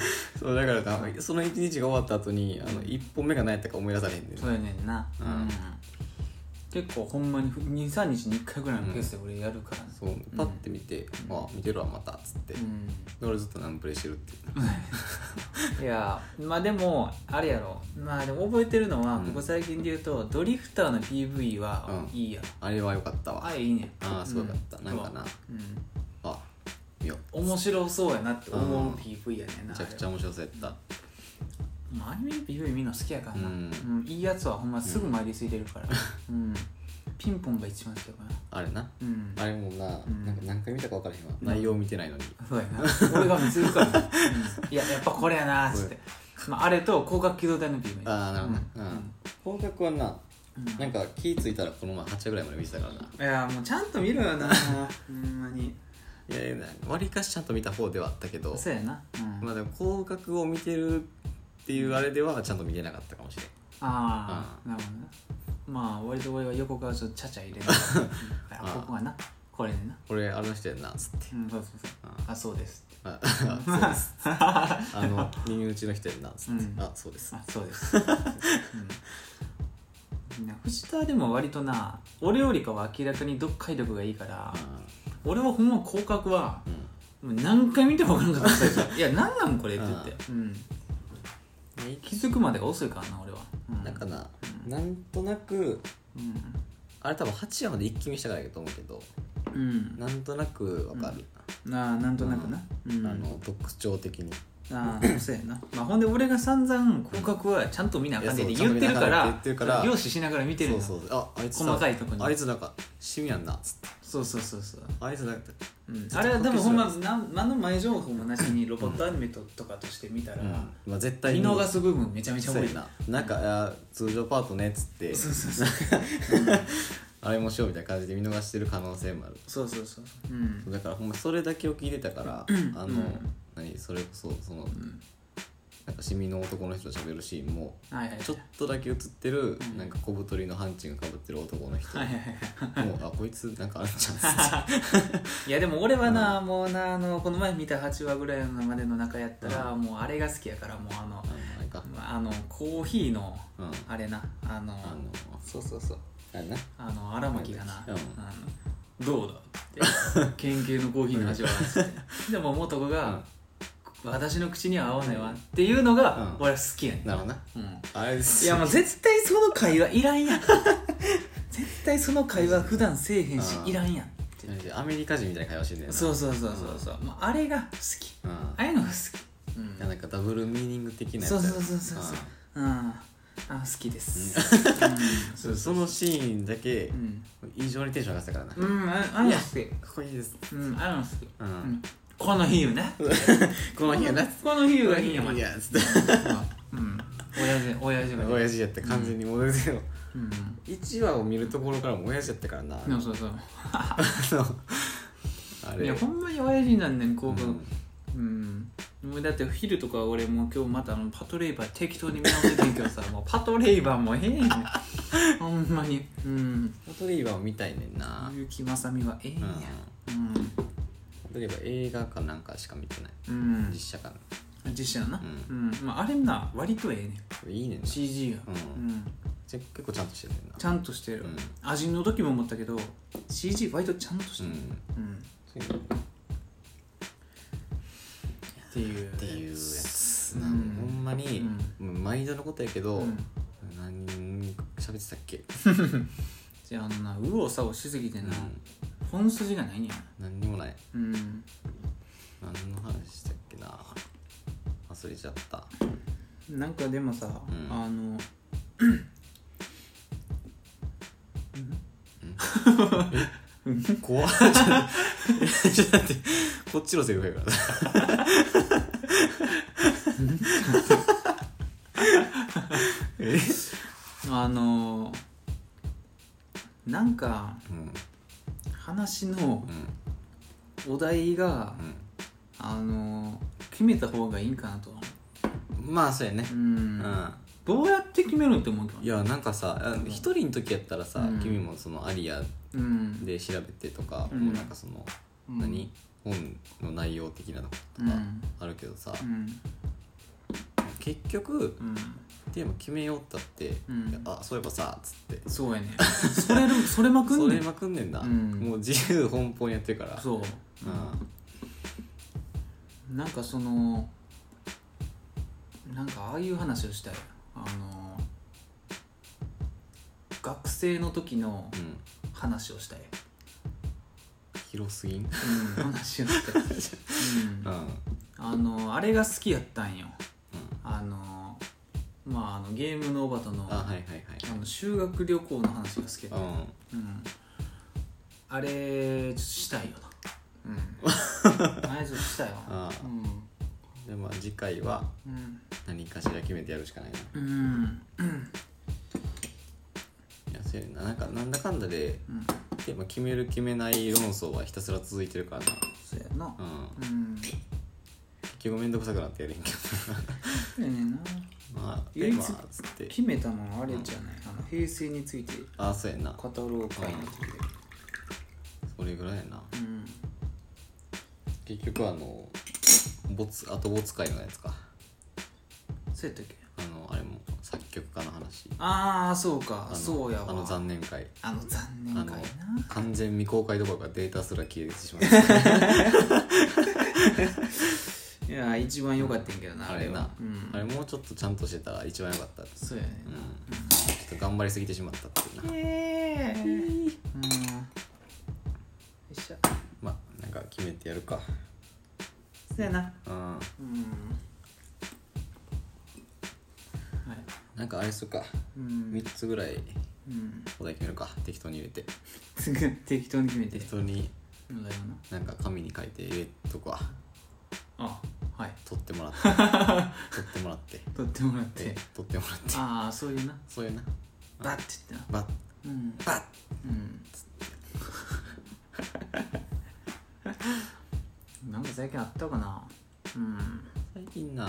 S2: そうだからなその一日が終わった後にあの一本目が何やったか思い出されへんねん
S1: そうやねんな、
S2: うん
S1: 結構ほんまに23日に1回ぐらいのペースで俺やるからね
S2: そうパッて見て、
S1: うん
S2: あ見てるわまたっつって、
S1: う、
S2: で俺ずっとナンプレしてるっていうん
S1: いやまあでもあれやろまあでも覚えてるのは、
S2: うん
S1: ここ最近で言うとドリフターの PV は
S2: うん
S1: いいやろ、
S2: あれは良かったわ
S1: あいいね
S2: ああすごかった、なんか、な
S1: うんうん
S2: あ見よう
S1: 面白そうやなって思ううん PV やねんな
S2: めちゃくちゃ
S1: あれは
S2: 面白そうやっ
S1: まあアニメ PV 見るの好きやからな、
S2: う
S1: うんんいいやつはほんますぐ参りついてるから、うんピンポンが一番好きやからな
S2: たあれな
S1: うん
S2: あれもな,、
S1: ん
S2: なんか何回見たか分からへんわ内容見てないのに
S1: そうやな俺が見つるから、ねいややっぱこれやなーっつって、まあ、あれと広角機動隊の PV
S2: ああなるほど
S1: うん
S2: うん方角はな、
S1: うん
S2: なんか気ぃついたらこの前8話ぐらいまで見てたからない
S1: やもうちゃんと見ろ よなほんまに
S2: いやいやわりかしちゃんと見た方ではあったけど
S1: そうやな、うん
S2: まあでも広角を見てるっていうあれではちゃんと見てなかったかもしれん
S1: ああ
S2: う
S1: なるほどなまあ割と俺は横からちょっとちゃちゃ入れるから、うんあここがなこれでな
S2: 俺あの人やんなっつって
S1: うんそうそうそう
S2: あ
S1: あそうですって
S2: あそ うですあの 耳打ちの人やんなっつって、
S1: うん
S2: あそうです
S1: あそうです、うん、な藤田はでも割とな俺よりかは明らかに読解力がいいから、俺はほんま広角は
S2: うんうん
S1: もう何回見ても分からなかった最 初いや何なんこれって言って、うん、気づくまでが遅いからな俺は、うん、
S2: なんかな、なんとなく
S1: うん、
S2: あれ多分8話まで一気見したからやと思うけど
S1: うん、
S2: なんとなくわかる、
S1: なあなんとなくな、うん、
S2: あの特徴的に
S1: ああそうやな、まあ、ほんで俺が散々広角はちゃんと見なあかんねんって
S2: いやそう
S1: 言ってるか
S2: ちゃんと見なあかん
S1: ら
S2: ねんって言ってるから
S1: 凝視しながら見てる
S2: そ
S1: の
S2: う
S1: そ
S2: そううああいつさ
S1: 細かいとこに
S2: あいつなんか趣味やんなっつって
S1: そうそうそうそう
S2: あいつなんか
S1: うんあれはでもほんまなん何の前情報もなしにロボットアニメととかとして見たら、
S2: うんまあ絶対
S1: 見
S2: に
S1: 逃す部分めちゃめちゃ
S2: そ
S1: 多
S2: う
S1: い
S2: やななんかあー通常パートねっつって
S1: そうそうそう
S2: 洗い物しようみたいな感じで見逃してる可能性もある
S1: そうそうそううん
S2: だからほんまそれだけを聞いてたからあの、何それこそその
S1: うん
S2: なんかシミの男の人と喋るシーンも
S1: はいはいはい
S2: ちょっとだけ映ってる、
S1: ん
S2: なんか小太りのハンチングかぶってる男の 人、
S1: はいはいはい
S2: もうあこいつなんかあるんち ゃ
S1: いやでも俺はな、もうなあのこの前見た8話ぐらいのまでの中やったら、もうあれが好きやからもうあの
S2: うんあのなんか
S1: あのコーヒーの
S2: うん
S1: あれなあの
S2: あの
S1: そうそうそう
S2: あれな
S1: あの荒牧がな「
S2: うん
S1: あのどうだ?」 って「研究のコーヒーの味は」っってでも素子が、私の口には合わないわ」っていうのが
S2: うん
S1: 俺は好きやねん、
S2: なるほどな
S1: うん
S2: あれです
S1: いやもう絶対その会話いら んやん絶対その会話普段せえへんし
S2: うん
S1: いらんやん
S2: なんでアメリカ人みたいな会話してんだよな
S1: そうそうそうそうそうもうあれが好き
S2: うん、い
S1: ああいうのが好きうん
S2: やなんかダブルミーニング的なやつ
S1: そう
S2: や
S1: そうそうそうそううんあ好きですうん
S2: うんそのシーンだけ
S1: うん
S2: 異常にテンション上がってたからな、
S1: う
S2: か
S1: んああいうの好き
S2: っこいいです、
S1: うんああいうの好きう
S2: う、
S1: んんこの比喩ね
S2: この日はな
S1: この比喩がいいんやもん
S2: い
S1: うん
S2: やつって
S1: 親父親父が
S2: 親父やって完全に戻れてるの、
S1: うん
S2: 一話を見るところからも親父やったからな、
S1: でもそうそう
S2: あの あれ
S1: いやほんまに親父なんねん興奮
S2: ん
S1: うん、もうだって昼とか俺もう今日またあのパトレイバー適当に見直しててんけ どさもうパトレイバーもええんやほんまにうん
S2: パトリーバーを見たいねんな、
S1: 結城まさみはええん
S2: うん
S1: や
S2: パ
S1: うん
S2: トリーバー映画かなんかしか見てない、
S1: うん
S2: 実写かな
S1: 実写やなう
S2: う
S1: ん、まあ、あれな割とええね
S2: いいねん
S1: ん
S2: な、
S1: CG が
S2: う、
S1: うんん
S2: じゃ結構ちゃんとしてるねんな
S1: ちゃんとしてる、
S2: うん
S1: 味の時も思ったけど CG 割とちゃんとして
S2: う
S1: る
S2: ん
S1: うん、
S2: そういうの
S1: っていう
S2: っていうやつ
S1: うん
S2: なの、ほんまに、もう毎度のことやけど、
S1: うん
S2: 何喋ってたっけ、
S1: じゃああのな右往左往しすぎて
S2: う
S1: な、
S2: ん、
S1: 本筋がないんや
S2: 何にもない
S1: うん
S2: 何の話したっけな忘れちゃった
S1: なんかでもさ、
S2: うん
S1: あの
S2: 怖っちょっとちょっと待ってこっちのセリフやからえ
S1: あのなんか
S2: うん
S1: 話の
S2: うん
S1: お題が、あの決めた方がいいんかなとは思
S2: うんまあそうやね
S1: うう、
S2: うんん
S1: どうやって決めるんって思うけど
S2: いやなんかさあの一人の時やったらさ、
S1: うん
S2: 君もそのアリア
S1: うん
S2: で調べてとか、
S1: うん
S2: もうなんかその、
S1: うん
S2: 何本の内容的なこと
S1: う
S2: とか
S1: ん
S2: あるけどさ、
S1: うん
S2: 結局
S1: うん
S2: テーマ決めようったって、
S1: うん
S2: あそういえばさっつって
S1: そうやねそれるそれまくん
S2: そ
S1: ね
S2: れ
S1: ん
S2: まくんねんな、
S1: うん
S2: もう自由奔放にやってるから
S1: そう
S2: うん、
S1: なんかそのなんかああいう話をしたいあの学生の時の
S2: うん
S1: 話をしたい、
S2: 広すぎん、
S1: うん、話をしたい、
S2: う
S1: うんん、
S2: うん、
S1: あのあれが好きやったんよあのまああのゲームのおばとの
S2: あはいはいはい
S1: あの修学旅行の話が好きや
S2: う
S1: った、
S2: ん
S1: うん、あれちょっとしたいよな、 うん、あれちょっとしたいわ
S2: あ
S1: うん
S2: ーでまあ次回は
S1: うん
S2: 何かしら決めてやるしかないな
S1: うん
S2: いやそうやねんななんかなんだかんだで
S1: うん
S2: テーマ決める決めない論争はひたすら続いてるから
S1: そうやな
S2: なうん
S1: うん
S2: 結局めんど くさくなってやれんけ
S1: やねんな
S2: どまあテ
S1: 唯
S2: ー
S1: 一
S2: マっつって
S1: 決めたのはあれじゃないあの平成について
S2: あそうやんな
S1: 語ろう会の時で
S2: それぐらいやな
S1: うん
S2: 結局あのボツあとボツ会のやつか
S1: そうやったっけ
S2: あのあれも作曲家の話
S1: ああそう
S2: あ
S1: か
S2: の
S1: そうやわ
S2: あの残念会
S1: あの残念
S2: あ
S1: 会
S2: の
S1: な
S2: 完全未公開どころかデータすら消えてしまいま した
S1: いや一番良かったんやけどな
S2: あ
S1: あ
S2: れ
S1: れ
S2: な
S1: はうん
S2: あれもうちょっとちゃんとしてたら一番良かったです
S1: そうやね
S2: うんちょっと頑張りすぎてしまったっていうな
S1: ええうんよいしょ
S2: まあなんか決めてやるか
S1: そうやな
S2: うん
S1: うんはい
S2: なんかあれするか
S1: うん
S2: 3つぐらい
S1: うん
S2: お題決めるか適当に入れて
S1: すぐ適当に決めて
S2: 適当に
S1: お題をな
S2: なんか紙に書いて入れとくわ
S1: あはい
S2: 取っ てもらって取ってもらって
S1: 取ってもらっ
S2: え
S1: て
S2: 取ってもらって
S1: ああそういうな
S2: そういうな
S1: バッて言ってな
S2: バッ
S1: うん
S2: バッ
S1: うん 最近あったかなうん
S2: 最近な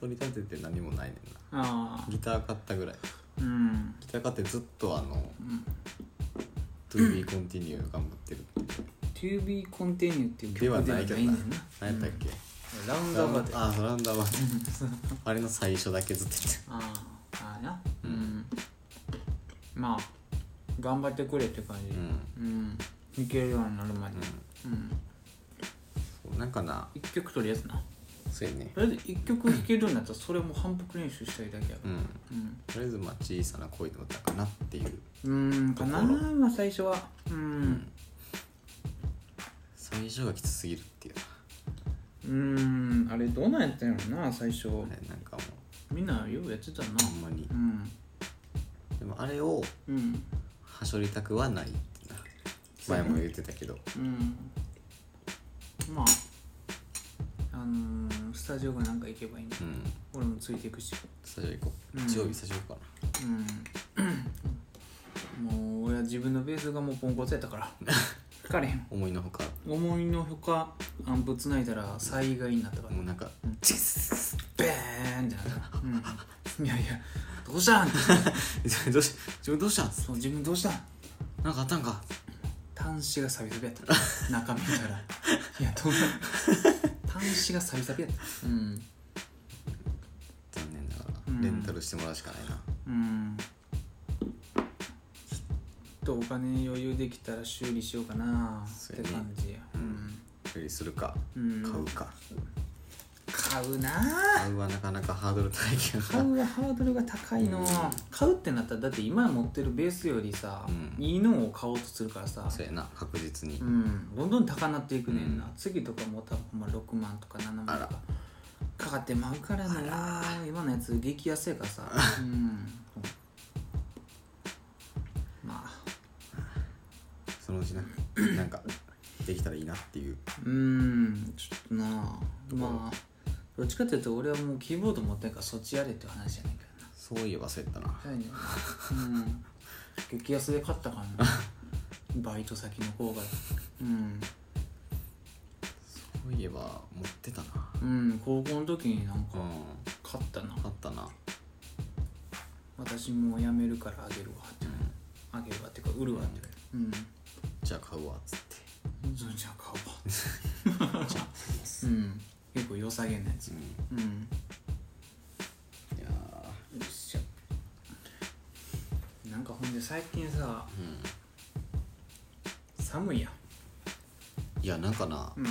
S2: 取り立てて何もないねんな
S1: ああ
S2: ギター買ったぐらい
S1: うん
S2: ギター買ってずっとあの
S1: うん
S2: 「To be continue」頑張ってるっていう
S1: To be continue っていう
S2: では
S1: 曲ではない
S2: な
S1: い
S2: け
S1: け
S2: ど
S1: ど
S2: な
S1: な
S2: 何やったっけ、
S1: うんラウンドアバーであ
S2: あーラウンドアバーあれの最初だけずっと言って
S1: あああな
S2: う
S1: うんんまあ頑張ってくれって感
S2: たう
S1: じ
S2: ん
S1: うんいけるようになるまでうん
S2: そうなんかな
S1: 一曲とりあえずな
S2: そうやね
S1: とりあえず一曲弾けるようになったらそれも反復練習したいだけやか
S2: う
S1: ら
S2: ん
S1: うん
S2: とりあえずまあ小さな声の歌かなっていう、
S1: うんかな
S2: ところ
S1: まあ最初はう、
S2: うん最初がきつすぎるっていう
S1: うんあれどうなんやったんやろな最初
S2: なあれなんかもう
S1: みんなようやってたな
S2: あんまり
S1: うん
S2: でもあれを
S1: うん
S2: はしょりたくはないってな前も言ってたけど
S1: うんまああのースタジオがなんか行けばいいんだ
S2: うん
S1: 俺もついていくし
S2: スタジオ行こう
S1: うん
S2: 日曜日スタジオ行こうか
S1: うんもう俺は自分のベースがもうポンコツやったから聞かれへん
S2: な思いのほか
S1: 思いのほかアンプつないだら災害になったから
S2: もうなんか
S1: うん
S2: チッ ス
S1: ベーンってなった、うん、いやいやどうしたんって
S2: ッどうし自分どうしたん
S1: そう自分どうしたん
S2: なんかあったんか
S1: 端子がサビサビやった中見たらいやどうしたん端子がサビサビやったうん
S2: 残念なが
S1: う
S2: ら
S1: ん
S2: レンタルしてもらうしかないな
S1: うんちょっとお金余裕できたら修理しようかなっ
S2: そう
S1: て
S2: やね
S1: 感じやうん
S2: 処理するか
S1: うん
S2: 買うか
S1: 買うな
S2: 買うはなかなかハードル高いけ
S1: 買
S2: どな
S1: うはハードルが高いの、
S2: うん
S1: 買うってなったらだって今持ってるベースよりさ、
S2: うん
S1: いいのを買おうとするからさ
S2: そうやな確実に
S1: うんどんどん高なっていくねんな、
S2: うん
S1: 次とかも多分まあ6万とか7万と
S2: あら
S1: かかかってまうからな今のやつ激安やから さうんまあ
S2: そのうちななんかできたらいいなっていう
S1: うんちょっとなあまあどっちかっていうと俺はもうキーボード持ってんからそっちやれっていう話じゃないからな
S2: そういえばそうやったな
S1: そうやねんなうん激安で買ったからなバイト先の方がうん
S2: そういえば持ってたな
S1: うん高校の時になん
S2: う
S1: か
S2: ん
S1: 買ったな
S2: あったな
S1: 私もう辞めるからあげるわってあげるわっていうか売るわってうん
S2: じゃあ買うわっつって
S1: それじゃあ買うわ うん結構良さげなやつ
S2: うん
S1: うん
S2: いや
S1: よっしゃなんかほんで最近さ
S2: ーうん
S1: 寒いやん
S2: いやなんかな
S1: う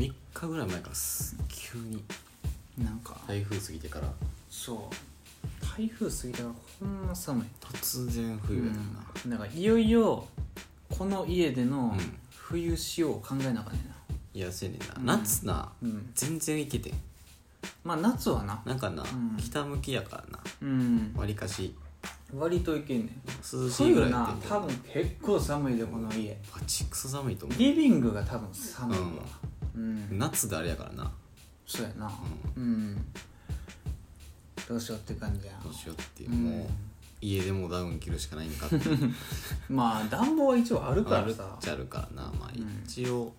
S2: 3日ぐらい前からす急に
S1: んなんか、
S2: 台風過ぎてから
S1: そう台風過ぎたらこんな寒い
S2: 突然冬やねんな
S1: うんだからいよいよこの家での
S2: うん
S1: 冬仕様を考えなあかんねんな、
S2: いやそうやねんな、
S1: うん
S2: 夏な
S1: うん、
S2: 全然いけてん
S1: まあ夏はな
S2: なんかな、
S1: ん
S2: 北向きやからな
S1: うん
S2: わりかし
S1: 割といけんねん
S2: 涼しい
S1: 冬
S2: ぐらいや
S1: な
S2: ってんけど
S1: 多分結構寒いでこの家
S2: バチクソ寒いと思う
S1: リビングが多分寒いわうん、
S2: 夏であれやからな
S1: そうやなうんどうしようって感じや
S2: どうしようっていう、
S1: うん
S2: もう家でもダウン着るしかないんか って
S1: まあ暖房は一応あるか
S2: あ
S1: ら
S2: るっ
S1: さ
S2: ちゃあるからなまあ
S1: うん
S2: 一応、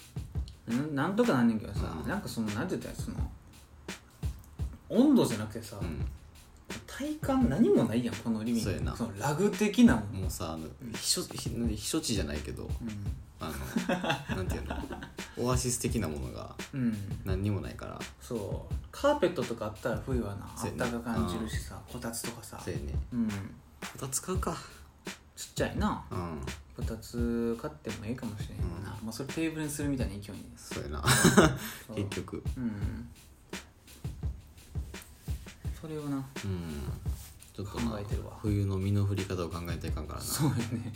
S1: んなんとかなんねんけどさ、
S2: うん
S1: なんかそのなんて言ったらいいのその温度じゃなくてさ、
S2: うん
S1: 体感何もないやんこのリビング
S2: そうやな
S1: のラグ的なもん、
S2: もうさあの避暑ひ避暑地じゃないけど
S1: う
S2: あ のなんていうのオアシス的なものが
S1: ん、うん、
S2: 何にもないから
S1: そうカーペットとかあったら冬はなあ
S2: そ
S1: っ
S2: うやな
S1: たか感じるしさこたつとかさ
S2: そうやね
S1: うん
S2: こたつ買うか
S1: ちっちゃいな
S2: うん
S1: こたつ買ってもええかもしれんよな、まあそれテーブルにするみたいな勢いに
S2: そうやな
S1: そう
S2: 結局
S1: うんそれをな
S2: うんちょっとな
S1: 考えてるわ
S2: 冬の身の振り方を考えていかんからな
S1: そうよね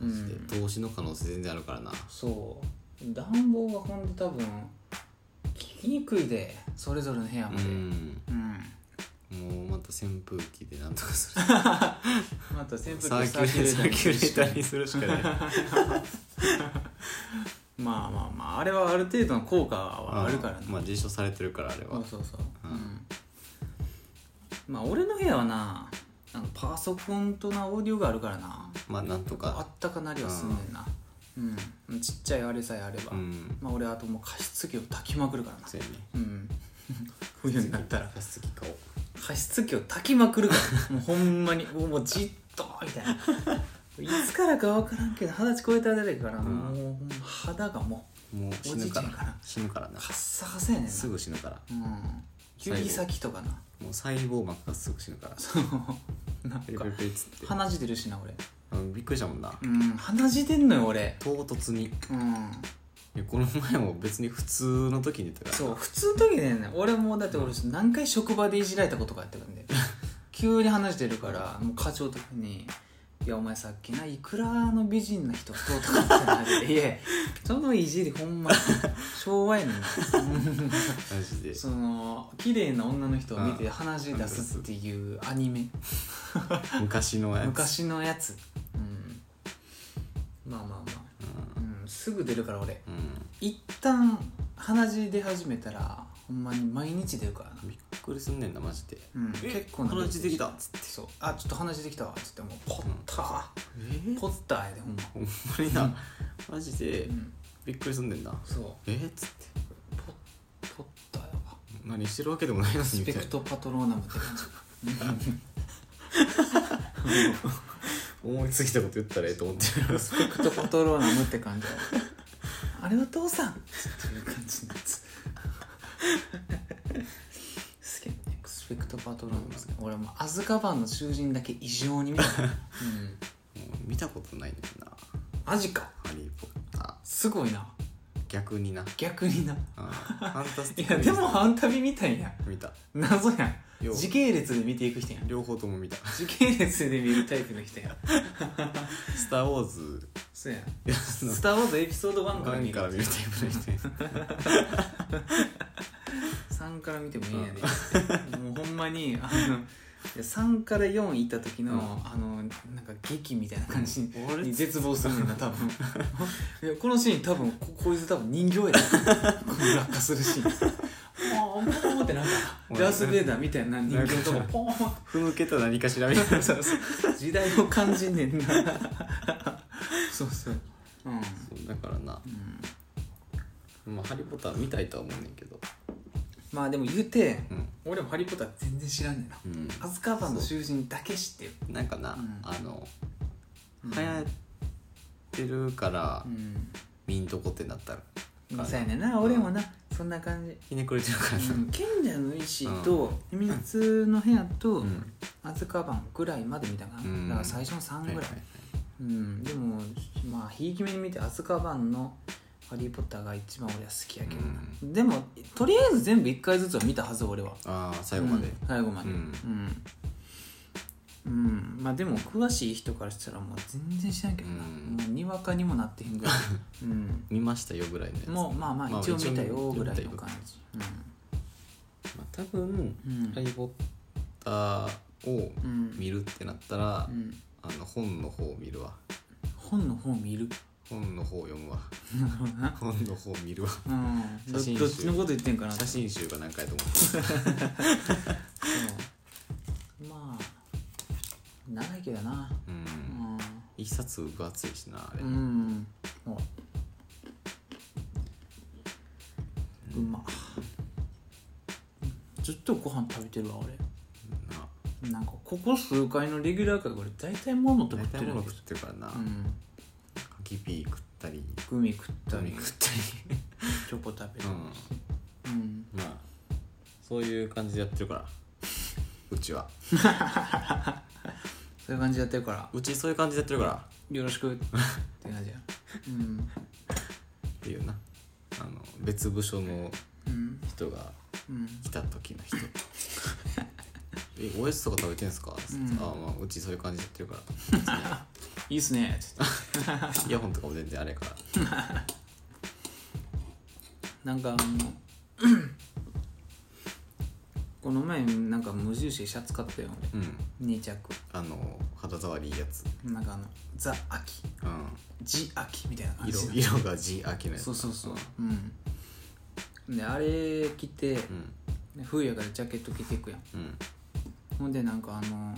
S1: う
S2: マジで
S1: ん
S2: 投資の可能性全然あるからな
S1: そう暖房がほんで多分聞きにくいでそれぞれの部屋
S2: う
S1: までうん、
S2: んもうまた扇風機でなんとかする
S1: あと扇風機
S2: サーキュレーターにするしかない
S1: まあまあまああれはある程度の効果はあるからね、
S2: まあ実証されてるからあれは
S1: そうそうそう、うん、まあ俺の部屋はなあのパソコンとなオーディオがあるからな
S2: まあなんと
S1: あ
S2: か
S1: ったかなりはすんねんなううん、ちっちゃいあれさえあれば、
S2: うん
S1: まあ俺あともう加湿器を炊きまくるからな
S2: そうやね
S1: うん冬になったら
S2: 加湿器買おう
S1: 加湿器を炊きまくるからもうほんまにもうもうじっとみたいないつからか分からんけど二十歳超えたあたりから、
S2: うん
S1: もうほんま肌がも
S2: もう死ぬか
S1: おじいちゃんからら
S2: 死ぬから
S1: う
S2: な
S1: カッサカサやねんな
S2: すぐ死ぬから
S1: うん指先とかな
S2: もう細胞膜がすぐ死ぬから
S1: そう なん
S2: ペリ
S1: か
S2: ペリペリっつって
S1: 鼻血出るしな俺
S2: うんびっくりしたもんな
S1: うん鼻血出んのよ俺
S2: 唐突にい
S1: うん
S2: やこの前も別に普通の時に言ったから
S1: そう普通の時ね俺もだって俺何回職場でいじられたことがあってるんで急に話してるからもう課長とかに「いやお前さっきないくらの美人な人と」とかってなって「いやそのいじりほんま昭和やねん」
S2: マジで
S1: その綺麗な女の人を見て話出すっていうアニメ
S2: 昔のやつ
S1: 昔のやつうんまあまあまあ、うん、すぐ出るから俺
S2: うん、う、
S1: 一旦鼻血出始めたらほんまに毎日出るからなん
S2: びっくりすんねんなマジで
S1: うん、
S2: え
S1: 結構な
S2: 鼻血できたっつって
S1: そうあちょっと鼻血できたわっつってもうポッター、
S2: え
S1: ポッターやでほんま、
S2: ほんまになマジで
S1: うん、
S2: びっくりすんねんな
S1: そう
S2: えっつって
S1: ポッポッターやわ
S2: 何してるわけでもないのに
S1: ス
S2: みた
S1: ペ
S2: いな
S1: クトパトローナムって感じ
S2: 思いついたこと言ったらええと思ってる から
S1: スペクトパトローナムって感じ やわあれは父さんっていう感じのやつすげえスペクトパトローナムですね俺もうアズカバンの囚人だけ異常に見た、うん、
S2: もう見たことないねんな
S1: マジか
S2: ハリー・ポッタ
S1: すごいな
S2: ー逆にな
S1: 逆にな
S2: あーファンタステ
S1: い
S2: ィッ
S1: や
S2: ク
S1: でもアンタビみたいやん
S2: 見た
S1: 謎やん
S2: よう
S1: 時系列で見ていく人やん
S2: 両方とも見た「
S1: 時系列で見るタイプの人や ん
S2: スター・ウォーズ
S1: そうやん」
S2: の
S1: スター・ウォーズエピソード1から
S2: 何
S1: 見
S2: から
S1: る
S2: 見るタイプの人や
S1: 3から見てもいいんやでもうほんまにあのいや3から4行った時の、
S2: うん
S1: あのなんか劇みたいな感じに
S2: あれ
S1: に絶望する んだ多分いやこのシーン多分ここいつ多分人形やでこの落下する シーンポーンポーンってなんかダース・ベイダーみたいな人形とかポーンって
S2: ふぬけた何かしらみたいな
S1: そうそう時代を感じんねんなそうそううん、
S2: そうだからな
S1: うん、
S2: まあハリー・ポッター見たいとは思うねんけど
S1: まあでも言うて
S2: うん
S1: 俺も「ハリー・ポッター」全然知らんねんな
S2: うん
S1: アズカバンの囚人だけ知ってる
S2: なんかな、
S1: うん
S2: あの
S1: うん
S2: 流行ってるから、
S1: うん
S2: 見んとこってなったら
S1: そうやねんな俺もなそんな感じ、
S2: ひねくれてるから
S1: う
S2: さ
S1: ん、賢者の石と秘密の部屋と
S2: うん
S1: アズカバンぐらいまで見たかな、
S2: うん
S1: だから最初の3
S2: はい
S1: ぐ
S2: は
S1: ら
S2: い
S1: い、うんでもまあひいき目に見てアズカバンの「ハリー・ポッター」が一番俺は好きやけどな、でもとりあえず全部1回ずつは見たはず俺は
S2: ああ最後まで、
S1: うん最後まで
S2: う
S1: うんん、うんまあでも詳しい人からしたらもう全然知らんけどな、
S2: うん
S1: もうにわかにもなってへん ぐらい、うん、
S2: 見ましたよぐらいのやつ
S1: もうまあま
S2: ま
S1: あ
S2: あ
S1: 一応見た
S2: 一応
S1: よ
S2: 見
S1: ぐ
S2: た
S1: らいの感じ、
S2: まあ、多分、
S1: うんうん
S2: ハリー・ポッターを
S1: うん
S2: 見るってなったら、
S1: うん
S2: あの本の方を見るわ
S1: 本の方見る
S2: 本の方を読むわ
S1: なるほどな
S2: 本の方を見るわ
S1: うんど
S2: 写真集
S1: どっちのこと言ってんかな
S2: 写真集が何回と思
S1: うんまあ長いけどな
S2: う、うん一冊分厚いしなあれ、
S1: うん、うん、もううまずっとご飯食べてるわ
S2: な
S1: 俺なんかここ数回のレギュラー回これ大体モノとか食って
S2: 大体
S1: る
S2: 物
S1: わけ
S2: 食ってるからな、
S1: うん
S2: カキピー食ったり
S1: グミ食った
S2: グミ
S1: り
S2: 食ったり
S1: チョコ食べた
S2: う
S1: り
S2: ん
S1: うん
S2: まあそういう感じでやってるからうちは
S1: そういう感じでやってるから
S2: うちそういう感じでやってるから
S1: よろしくって感じやうん
S2: っていうなあの別部署の
S1: うん
S2: 人が
S1: うん
S2: 来た時 の人えおやつとか食べてんすか?」
S1: ん
S2: あまあうちそういう感じでやってるから
S1: いいっすねつって
S2: イヤホンとかも全然あれやから
S1: なんかあのこの前なんか無印でシャツ買ったよ俺
S2: うん
S1: 2着
S2: あの肌触りいいやつ、
S1: なんかあのザ・秋
S2: うん、
S1: ジ・秋みたいな感じ
S2: 色色が地秋のやつ
S1: そうそうそううんであれ着て、
S2: うん
S1: 冬やからジャケット着ていくやん
S2: うん
S1: ほんでなんかあの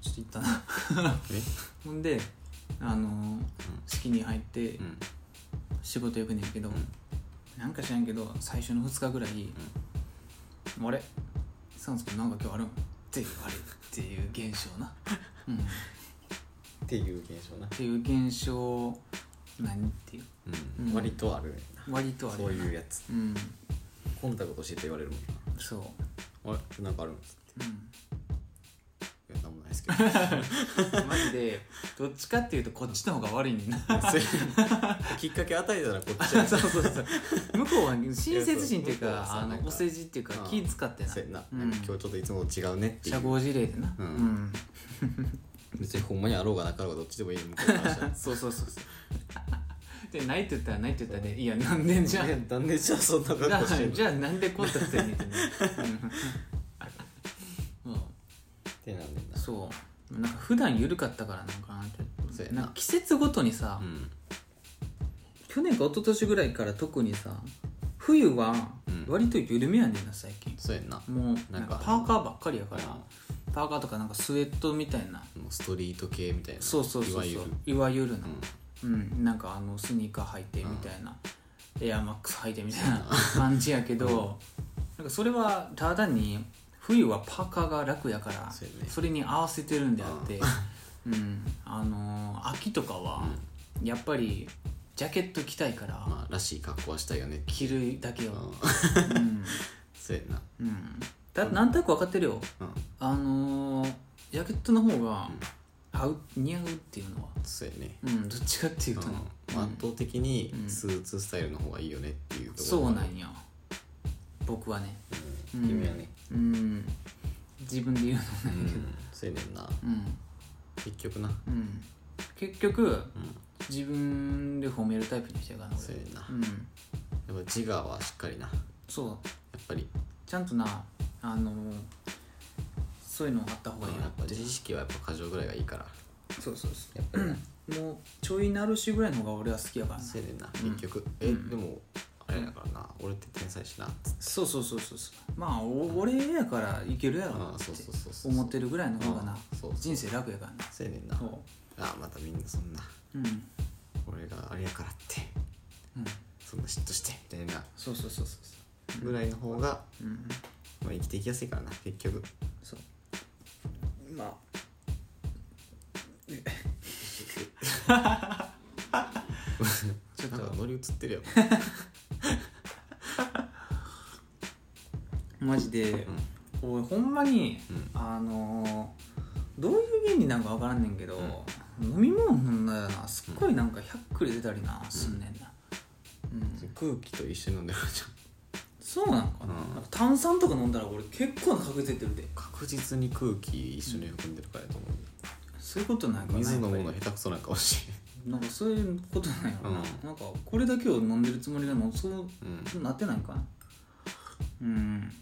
S1: ちょっといったな
S2: え
S1: ほんであのー式に入って
S2: うん
S1: 仕事行くねんけど、
S2: ん
S1: なんか知らんけど最初の2日ぐらい「あれサンス君なんか今日あるん?」って言われるっていう現象な、うん、っ
S2: っていう現象な、
S1: ていう現象何っていう
S2: うん
S1: うん
S2: 割とあるねん
S1: 割と
S2: な
S1: ある
S2: そういう
S1: や
S2: やつ
S1: うん
S2: コンタクトしてって言われるもん
S1: そう
S2: なあれなんかあるんです
S1: うん
S2: いやなんもない ですけどそう
S1: マジでどっちかっていうとこっちの方が悪いねんな
S2: きっかけ与えたらこっ ちや
S1: そうそうそう向こうは親切心っていう
S2: い
S1: か
S2: やそ
S1: あ
S2: う向こうはさなん
S1: の
S2: か
S1: お世辞っていうか
S2: うん
S1: 気使ってな
S2: そうやな、
S1: うん
S2: なんか今日ちょっといつもと違うねってい
S1: 社
S2: う
S1: 交辞令でな
S2: うん
S1: ん
S2: 別にほんまにあろうがなかろうがどっちでもいい向こうの話だ
S1: そうそうそうそうでないって言ったらないって言ったらねいやなんでじゃあ
S2: えなんでじゃあそんな格好してんの
S1: じゃあなんでコンタクトやねんってね うんうん
S2: ってなんねんな
S1: そうなんか普段緩かったからなんかなって
S2: そうやな
S1: なんか季節ごとにさ、
S2: うん
S1: 去年か一昨年ぐらいから特にさ冬は
S2: うん
S1: 割と緩めやねんな最近、
S2: そうやんな
S1: もうな
S2: な
S1: んん
S2: か
S1: かパーカーばっかりや
S2: だ
S1: か
S2: から
S1: らパーカーとかなんかスウェットみたいな
S2: もうストリート系みたいな
S1: そうそうそうそう
S2: いわゆる
S1: いわゆるな
S2: うん
S1: うん、なんかあのスニーカー履いてみたいな、エアマックス履いてみたいな感じやけど、なんかそれはただに冬はパーカーが楽やから
S2: そうやね
S1: それに合わせてるんであって、うん、あのー秋とかはやっぱりジャケット着たいから
S2: まあらしい格好はしたいよね
S1: 着るだけ
S2: う
S1: を、
S2: ん
S1: うん
S2: そうやんな
S1: うん、だってなんとなく分かってるよ
S2: うん
S1: あのー、ジャケットの方が合う似合うっていうのは
S2: そうやね
S1: うんどっちかっていうとな
S2: うん圧倒的にスーツスタイルの方がいいよねっていうところ
S1: そうな
S2: ね
S1: んや僕はねうん
S2: 君はね
S1: うん自分で言う
S2: う
S1: のね
S2: んそうやねんな
S1: うん
S2: 結局な
S1: うん結局
S2: うん
S1: 自分で褒めるタイプにしてるからな
S2: そう
S1: 俺
S2: やねんなや
S1: うん
S2: っぱ自我はしっかりなや
S1: そう
S2: っぱり
S1: ちゃんとなあのー、そういうのあった方がいい
S2: や
S1: な
S2: っぱ自意識はやっぱ過剰ぐらいがいいから
S1: そうそうそ
S2: やっぱりな
S1: うもうちょいなるしぐらいの方が俺は好きやからな
S2: そうやねんな
S1: うん
S2: 結局えでもあれだからな俺って天才しなつって
S1: そうそうそうそうそうまあお俺やからいけるやろ
S2: あ
S1: っ
S2: あそうそうそう
S1: て
S2: そう
S1: 思ってるぐらいの方がな
S2: うんそう
S1: 人生楽やからな
S2: そうやねんな
S1: そ
S2: ああまたみんなそんな
S1: ううん
S2: 俺があれやからって
S1: うん
S2: そんな嫉妬してみたいな
S1: そうそうそうそうそ
S2: ぐらいの方が、
S1: ううん
S2: まあ、生きていきやすいからな結局
S1: そうまあ
S2: ちょっとなんか乗り移って るよ、
S1: マジで、俺ほんまに、
S2: うん
S1: あのーどういう原理なんか分からんねんけど、飲み物飲んだらなすっごいなんかひゃっくり出たりな、すんねんな、うん、
S2: 空気と一緒に飲んでるじゃん
S1: そうなんかな,、
S2: うん
S1: なんか炭酸とか飲んだら俺結構な確率出てるで
S2: 確実に空気一緒に含んでるからやと思う、
S1: そういうことなんかな
S2: 水飲む
S1: や
S2: の
S1: っぱ
S2: 下手くそなんかもし
S1: りなんかそういうことなんやろな,、
S2: うん
S1: なんかこれだけを飲んでるつもりでもそう
S2: れん、うん、
S1: なってないんかなうん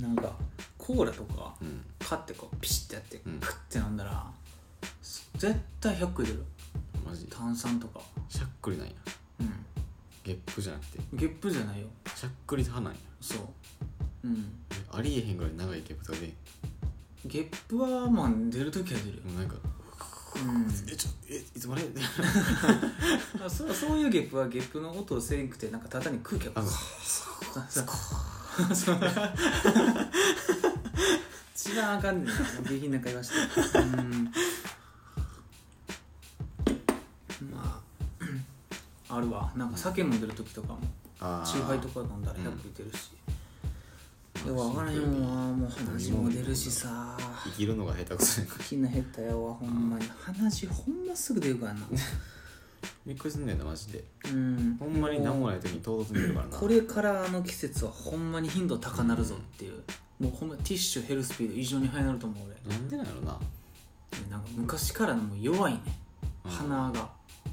S1: なんかコーラとか
S2: うん、
S1: 買ってこうピシッてやって
S2: うん
S1: クッて飲んだら、す絶対100個出る
S2: マジ
S1: 炭酸とか
S2: しゃっくりなんや
S1: うん
S2: ゲップじゃなくて
S1: ゲップじゃないよ
S2: しゃっくり派なんや
S1: そううん
S2: えありえへんぐらい長いゲップとかで
S1: ゲップはまあ出るときは出るよ、
S2: もうなんか
S1: うん
S2: 「えちょえいつまで?」
S1: まあ、そうそういうゲップはゲップの音をせんくてなんかただに空気が
S2: あの
S1: そうそう一番あかんねん下品な会話してうんまああるわなんか酒飲んでる時とかも
S2: あー
S1: チューハイとか飲んだら100出るし、で
S2: まあ
S1: も分からへんわもう
S2: シンプルに
S1: 話も出るしさ
S2: 生きるのが下手くそなんか
S1: 気の減ったよわほんまに話ほんますぐ出るからな
S2: びっくりすんねんなマジで
S1: うん
S2: ほんまに何もない時に唐突に出るからな
S1: これからの季節はほんまに頻度高なるぞっていう、もうほんまティッシュ減るスピード異常に速なると思う俺
S2: なんでなんやろな
S1: なんか昔からのもう弱いね
S2: うん
S1: 鼻が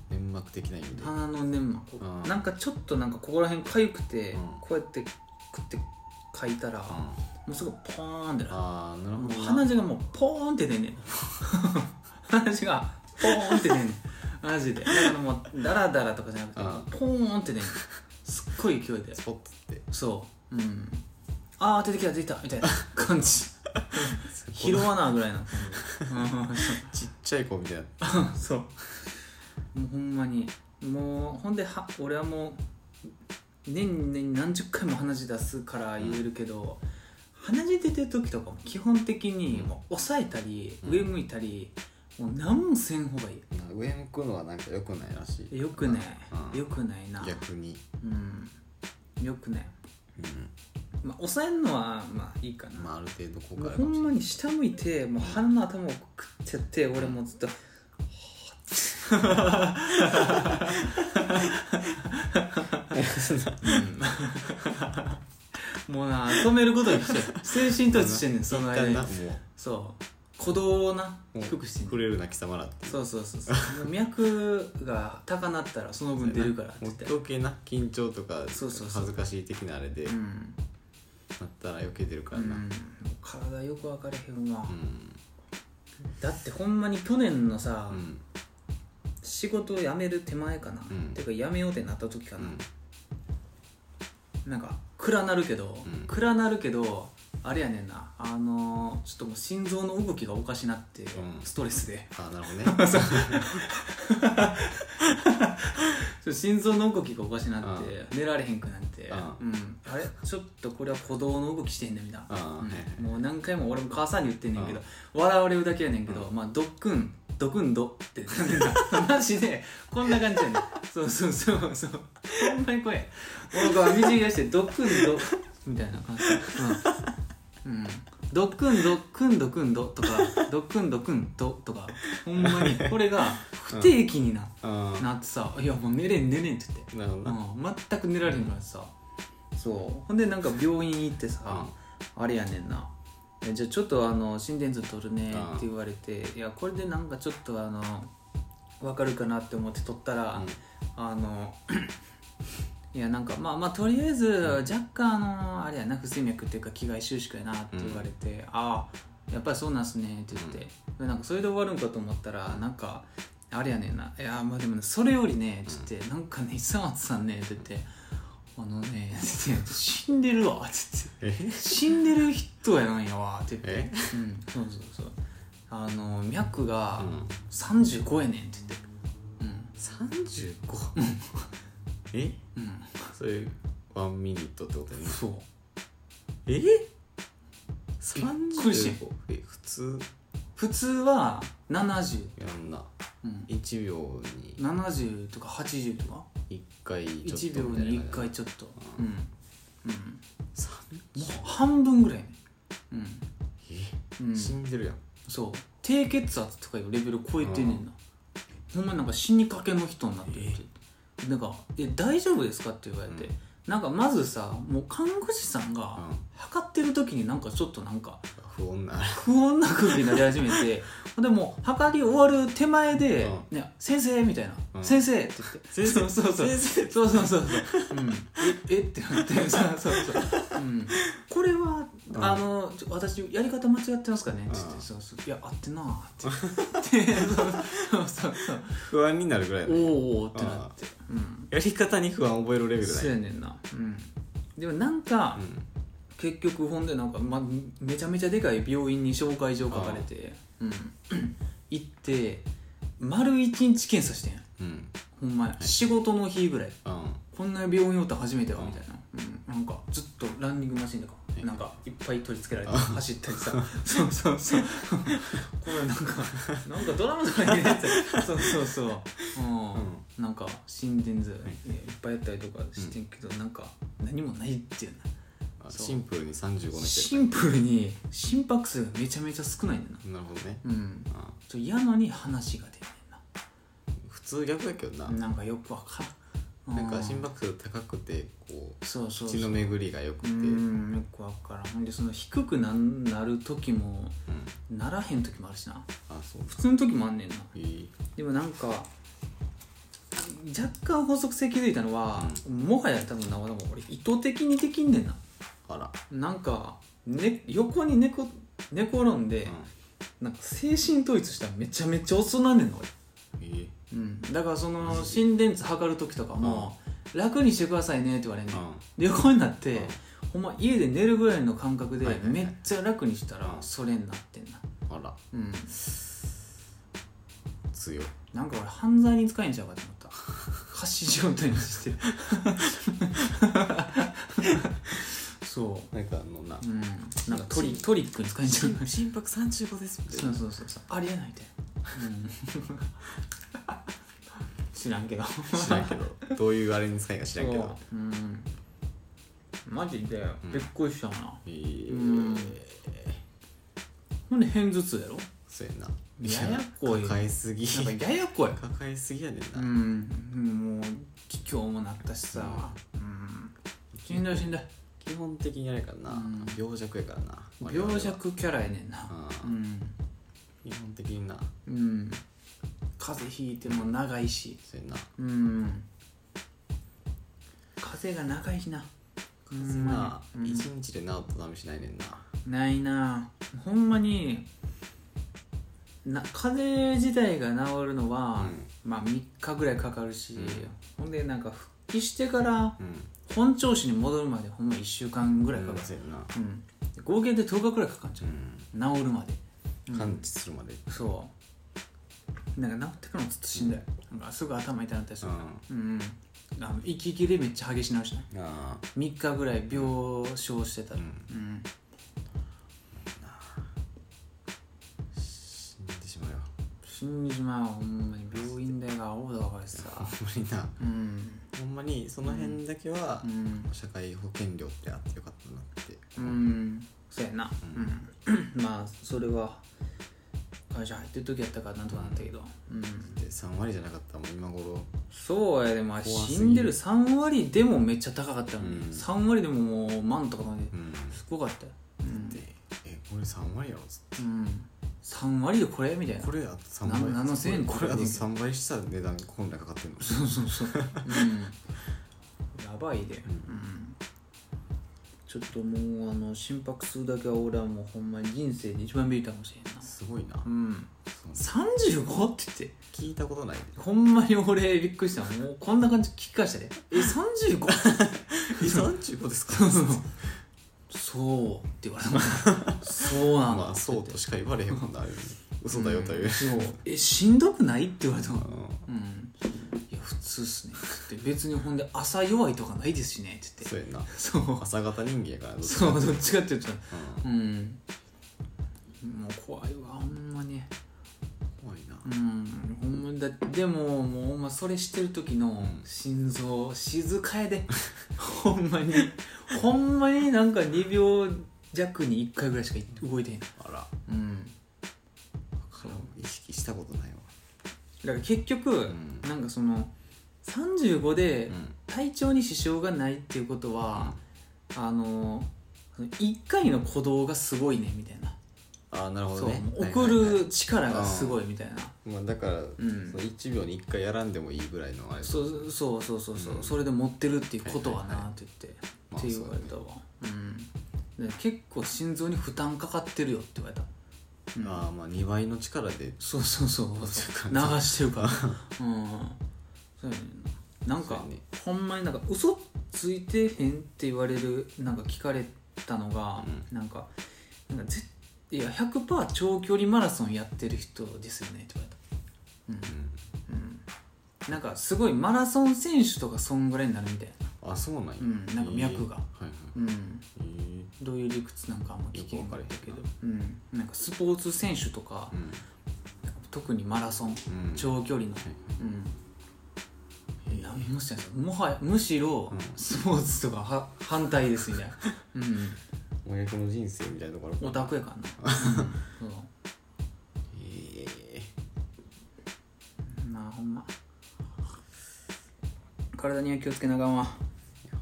S2: 粘膜的な意味で
S1: 鼻の粘膜
S2: うん
S1: なんかちょっとなんかここら辺かゆくて、
S2: うん
S1: こうやって食ってかいたら、も
S2: あ
S1: うすぐポーンってなる
S2: あーなるほ
S1: もう
S2: ど
S1: 鼻
S2: な
S1: 血がもうポーンって出んねん 鼻血がポーンって出んねんマジでだからもうダラダラとかじゃなくて
S2: あ
S1: ポーンって出んねんすっごい勢いで
S2: スポットって
S1: そううんああ出てきた出てきたみたいな感じ拾わなぐらいな感
S2: ちっちゃい子みたいな
S1: じそうもうほんまにもうほんでは俺はもう年に年に何十回も鼻血出すから言えるけど、鼻血出てる時とかも基本的にもう抑えたり、
S2: うん
S1: 上向いたりもう何もせん方がい
S2: 上向くのはなんか良くないらしい
S1: いよくない、
S2: うん
S1: よくないな
S2: 逆に
S1: うんよくない
S2: うん
S1: まあ抑えるのはまあいいかな、
S2: まあある程度ここ
S1: も
S2: か
S1: う
S2: ら
S1: ほ
S2: かも
S1: ん
S2: しれな
S1: ま
S2: い
S1: に下向いてもう鼻の頭をくってやって俺もうずっともうな止めることにして精神統一してんねんその間
S2: 一旦
S1: に
S2: なも
S1: そう鼓動をな
S2: うもう
S1: 低くしてんねん
S2: 震えるな貴様らって
S1: そうそうそうそう脈が高なったらその分出るからって言
S2: 持っ
S1: って
S2: ておけな緊張とか
S1: そうそうそう
S2: 恥ずかしい的なあれで
S1: うん、
S2: なったら余計出るか
S1: う
S2: らなうん
S1: ん、体よく分かれへんわ、
S2: うん
S1: だってほんまに去年のさ、
S2: うん
S1: 仕事を辞める手前かな、
S2: うん
S1: てか辞めようってなった時か
S2: う
S1: な、
S2: ん
S1: なんか暗なるけど、
S2: うん
S1: 暗なるけどあれやねんなあのーちょっともう心臓の動きがおかしなって、
S2: ん
S1: ストレスで
S2: あなるほどねそう
S1: ちょっと心臓の動きがおかしなって、寝られへんくなって、
S2: うん
S1: うんあれちょっとこれは鼓動の動きしてへんねみたいな、
S2: あはいはい
S1: うんもう何回も俺も母さんに言ってんねんけど、
S2: う
S1: 笑われるだけやねんけど、まあドックンドクンドってなんでな マジでこんな感じやねんそうそうそうそうほんまに声俺が水出してドクンドみたいな感じうん、うん、ドクンドクンドクンドとかドクンドクンドとかほんまにこれが不定期になって
S2: あ
S1: なってさ「いやもう寝れん寝れん」って言って、
S2: ーなるほど
S1: う、
S2: なん
S1: 全く寝られへんからさそうほんでなんか病院行ってさ、あれやねんな「えじゃあちょっとあの心電図取るね」って言われて「いやこれでなんかちょっとあの分かるかな」って思って取ったら、
S2: うん
S1: あのいやなんかまあまあとりあえず若干あのあれやな不整脈っていうか気外収縮やなって言われて、ああやっぱりそうなんすねって言って、でなんかそれで終わるんかと思ったらなんかあれやねんないやまあでもねそれよりねって言ってなんかね久松さんねって言ってあのねって言って死んでるわって言って。
S2: え
S1: 死んでる人やなんやわって言って
S2: え、
S1: うん、そうそうそうあの脈が
S2: うん
S1: 35やねんって言って
S2: 35え
S1: うんうん
S2: それワンミニットってことね
S1: そうび
S2: え
S1: っくりして
S2: 35え普通
S1: 普通は70、
S2: やんな
S1: うん、
S2: 1秒に
S1: 70とか80とか
S2: 1回ちょっ
S1: 1
S2: と
S1: 秒
S2: みたいな
S1: に1回ちょっとうん、うん、
S2: 30
S1: もう半分ぐらいねうん、う
S2: え
S1: ん、
S2: 死んでるやん
S1: そう低血圧とかいうレベル超えてんねんなほんまになんか死にかけの人になってるって、なんか「え大丈夫ですか?」って言われて、
S2: うん
S1: なんかまずさもう看護師さんが
S2: うん
S1: 測ってる時になんかちょっとなんか
S2: 不穏な
S1: 不穏な空気になり始めてほんでもう測り終わる手前で「
S2: う
S1: ね、先生」みたいな「
S2: うん
S1: 先生」って言って「
S2: 先生
S1: そうそうそう
S2: 先生
S1: そうそうそうそう、うん、ええってなってそうそうそう、うん、これは、
S2: うん
S1: あのちょ私やり方間違ってますかねって言って、
S2: うん
S1: そうそういや合ってなあって言って そうそうそう
S2: 不安になるぐらい
S1: お
S2: の
S1: ーおーってなってうん
S2: やり方に不安を覚えるレベルだ
S1: そう
S2: ね
S1: やねんなうんでもなんか、
S2: うん
S1: 結局ほんでなんか、ま、めちゃめちゃでかい病院に紹介状書かれて、うん、 行って丸一日検査してん
S2: うん
S1: ほんまや、仕事の日ぐらい
S2: うん
S1: こんな病院おったん初めてはみたいな、うん、なんかずっとランニングマシンとか
S2: はい
S1: なんかいっぱい取り付けられて走ったりさ そうそうそうこれなんかなんかドラマとかに出てたそうそうそう、うん
S2: う
S1: なんか心電図いやいっぱいやったりとかしてんけど、なんか何もないっていう
S2: あ
S1: そう
S2: シンプルに35
S1: な
S2: の
S1: シ
S2: 人
S1: ンプルに心拍数がめちゃめちゃ少ないねんだな
S2: なるほどね
S1: うん
S2: あ
S1: ちょやのに話が出るね
S2: 普通逆だけどなん
S1: ななんかよくわからん
S2: なん
S1: う
S2: か心拍数高くてこ
S1: そう
S2: う
S1: そうそ
S2: 血
S1: う
S2: の巡りが良く
S1: う
S2: てうん
S1: んよくわからんほんでその低くなんなる時もならへん時もあるしな
S2: あそう
S1: 普通の時もあんねんない
S2: い
S1: でもなんか若干法則性気づいたのは、もはや多分な俺俺意図的にできんねんな
S2: あら
S1: なんか、ね、横に寝こ寝転んで、なんか精神統一したらめちゃめちゃ遅なんねんな俺
S2: うんいい
S1: うん、だからその心電図測る時とかも、楽にしてくださいねって言われんねん
S2: うん
S1: で横になって、ほんま家で寝るぐらいの感覚で
S2: はいはいはい
S1: めっちゃ楽にしたらそれになってんな
S2: あら
S1: うん
S2: 強い
S1: なんか俺犯罪に使えんちゃうかと思った仮死状態にしてるそ
S2: なんかあのな
S1: ううんなんかトリトリックに使えんちゃ うか
S2: 心拍35ですみたい
S1: そう
S2: な
S1: そうそうそうありえないで、 知らんけど
S2: 知らんけどどういうあれに使いか知らんけど
S1: そううんマジで
S2: ん
S1: びっくりしたな、
S2: えー
S1: うんほんで偏頭痛やろ
S2: そうやな
S1: ややこい
S2: 抱えすぎ
S1: なん
S2: 抱
S1: かややこい
S2: えすぎやねん
S1: う
S2: なん
S1: もう気境もなったしさ、うん、しんどいしんどい
S2: 基本的にあれやからな
S1: うん
S2: 病弱やからな我々は
S1: 病弱キャラやねんな
S2: う
S1: うんん、
S2: 基本的にな
S1: うん、風邪ひいても長いし
S2: そうやな
S1: うん風邪が長いしな
S2: 風邪な
S1: うん
S2: 一日で治ったダメしないねんな
S1: ないなほんまにな風邪自体が治るのは、まあ3日ぐらいかかるし、
S2: う
S1: ほ
S2: ん
S1: んでなんか復帰してから
S2: うん
S1: 本調子に戻るまでほんま1週間ぐらいかかる、
S2: そうやな
S1: うん合計で10日ぐらいかかんじゃ
S2: うん
S1: う治るまで、
S2: 完治するまで
S1: そうなんか治ってからもずっとしんどい、なんかすぐ頭痛なったりす
S2: う
S1: る
S2: ん
S1: うん、あの息切れめっちゃ激しなるしない
S2: ああ
S1: 3日ぐらい病床してたら
S2: うん
S1: うん
S2: 死んでしまうよ
S1: 死んじまうほんまに病院代が青だわかるしさ
S2: ほんまにな
S1: うん
S2: ほんまにその辺だけは
S1: うん
S2: 社会保険料ってあってよかったなって
S1: うんそうやな、うん、まあそれは会社入ってる時やったからなんとかなったけど、うん、
S2: で3割じゃなかったらもう今頃
S1: そうやでも
S2: 怖すぎ
S1: 死
S2: る
S1: んでる3割でもめっちゃ高かったのに、
S2: うん
S1: 3割でももう万とかまで
S2: うんです
S1: ごかったよ、うん
S2: えこれ3割やろっつって
S1: うん、3割でこれみたいな
S2: これあと3倍
S1: な7000円
S2: これあと3倍したら値段本来かかってんの
S1: そうそうそう、うん、やばいで、うん、ちょっともうあの心拍数だけは俺はもうほんまに人生で一番ビビったかもしれんな
S2: すごいな
S1: うん
S2: その
S1: 35? って言って
S2: 聞いたことな いで
S1: ほんまに俺びっくりしたもうこんな感じ聞き返したでえ 35?
S2: え35ですか
S1: そうって言われたもんそうなんだ
S2: まあそうとしか言われへんもんなあれ嘘だよとは言
S1: うん
S2: う
S1: そうえしんどくないって言われたもん
S2: うん
S1: うんいや普通っすねって別にほんで朝弱いとかないですしねって言って
S2: そうやんな
S1: そう
S2: 朝方人間やからどっち
S1: そ
S2: か
S1: う
S2: って
S1: どっちかって言ったら
S2: うん
S1: うんもう怖いわほんまに
S2: 怖いな
S1: うんほんまにだでももうほんまそれしてる時の心臓静かや でほんまにほんまになんか2秒弱に1回ぐらいしか動いてへん
S2: あら
S1: うん
S2: から意識したことないわ
S1: だから結局、
S2: ん
S1: なんかその35で
S2: うん
S1: 体調に支障がないっていうことは、あの1回の鼓動がすごいねみたいな
S2: ああなるほ
S1: そ
S2: ど
S1: う
S2: ね
S1: 送
S2: はいはいはい
S1: る力がすごいみたいな、
S2: まあだから
S1: ん
S2: その1秒に1回やらんでもいいぐらいのあれ
S1: そうそうそうそうそう、
S2: うん
S1: それで持ってるっていうことは
S2: はいはい
S1: な
S2: は
S1: って言って、
S2: まあ
S1: って言われたわうん、で結構心臓に負担かかってるよって言われた
S2: ああまあ2倍の力で
S1: そうそうそう
S2: そう
S1: 流
S2: か
S1: して るからうんそうやねんななん
S2: そ
S1: か
S2: うやね
S1: ほんまになんか嘘ついてへんって言われるなんか聞かれたのが、
S2: う
S1: なんかなんかぜいや100%長距離マラソンやってる人ですよねって言われた
S2: うん
S1: なんかすごいマラソン選手とかそんぐらいになるみたいな
S2: あそうなんや
S1: うんなんか脈が
S2: えーはい
S1: うん
S2: はいえ
S1: どういう理屈なんかあんま聞けへんかったけど
S2: よくわ、
S1: うん、なんかスポーツ選手とか
S2: ー、うん
S1: 特にマラソン
S2: うん
S1: 長距離の、うん、何もしてないですよもはやむしろ
S2: うん
S1: スポーツとかは反対ですみたいな、
S2: 真逆の人生みたいなところ
S1: うん、オタクやからな、うんそ う
S2: ええ
S1: まあほんま体には気をつけなあかんわ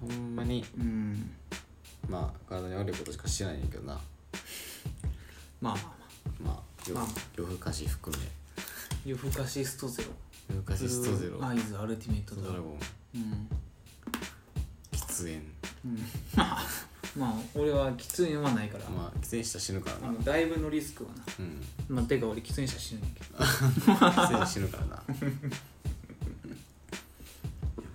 S2: ほんまに
S1: うん
S2: まあ体に悪いことしかしてないんやけどな
S1: まあまあまあ
S2: まあ
S1: まあ
S2: 夜更かし含め
S1: 夜更かしストゼロ
S2: 夜更かしストゼロ
S1: ブルーアイズアルティメット
S2: ド
S1: ド
S2: ラ
S1: ラ
S2: ゴン
S1: うん
S2: 喫煙
S1: まあ俺は喫煙はないから、
S2: まあ喫煙したら死ぬから
S1: あ
S2: な
S1: のだいぶのリスクはな
S2: うん
S1: まあてか俺喫煙者死ぬんやけど
S2: 喫煙死ぬ からないや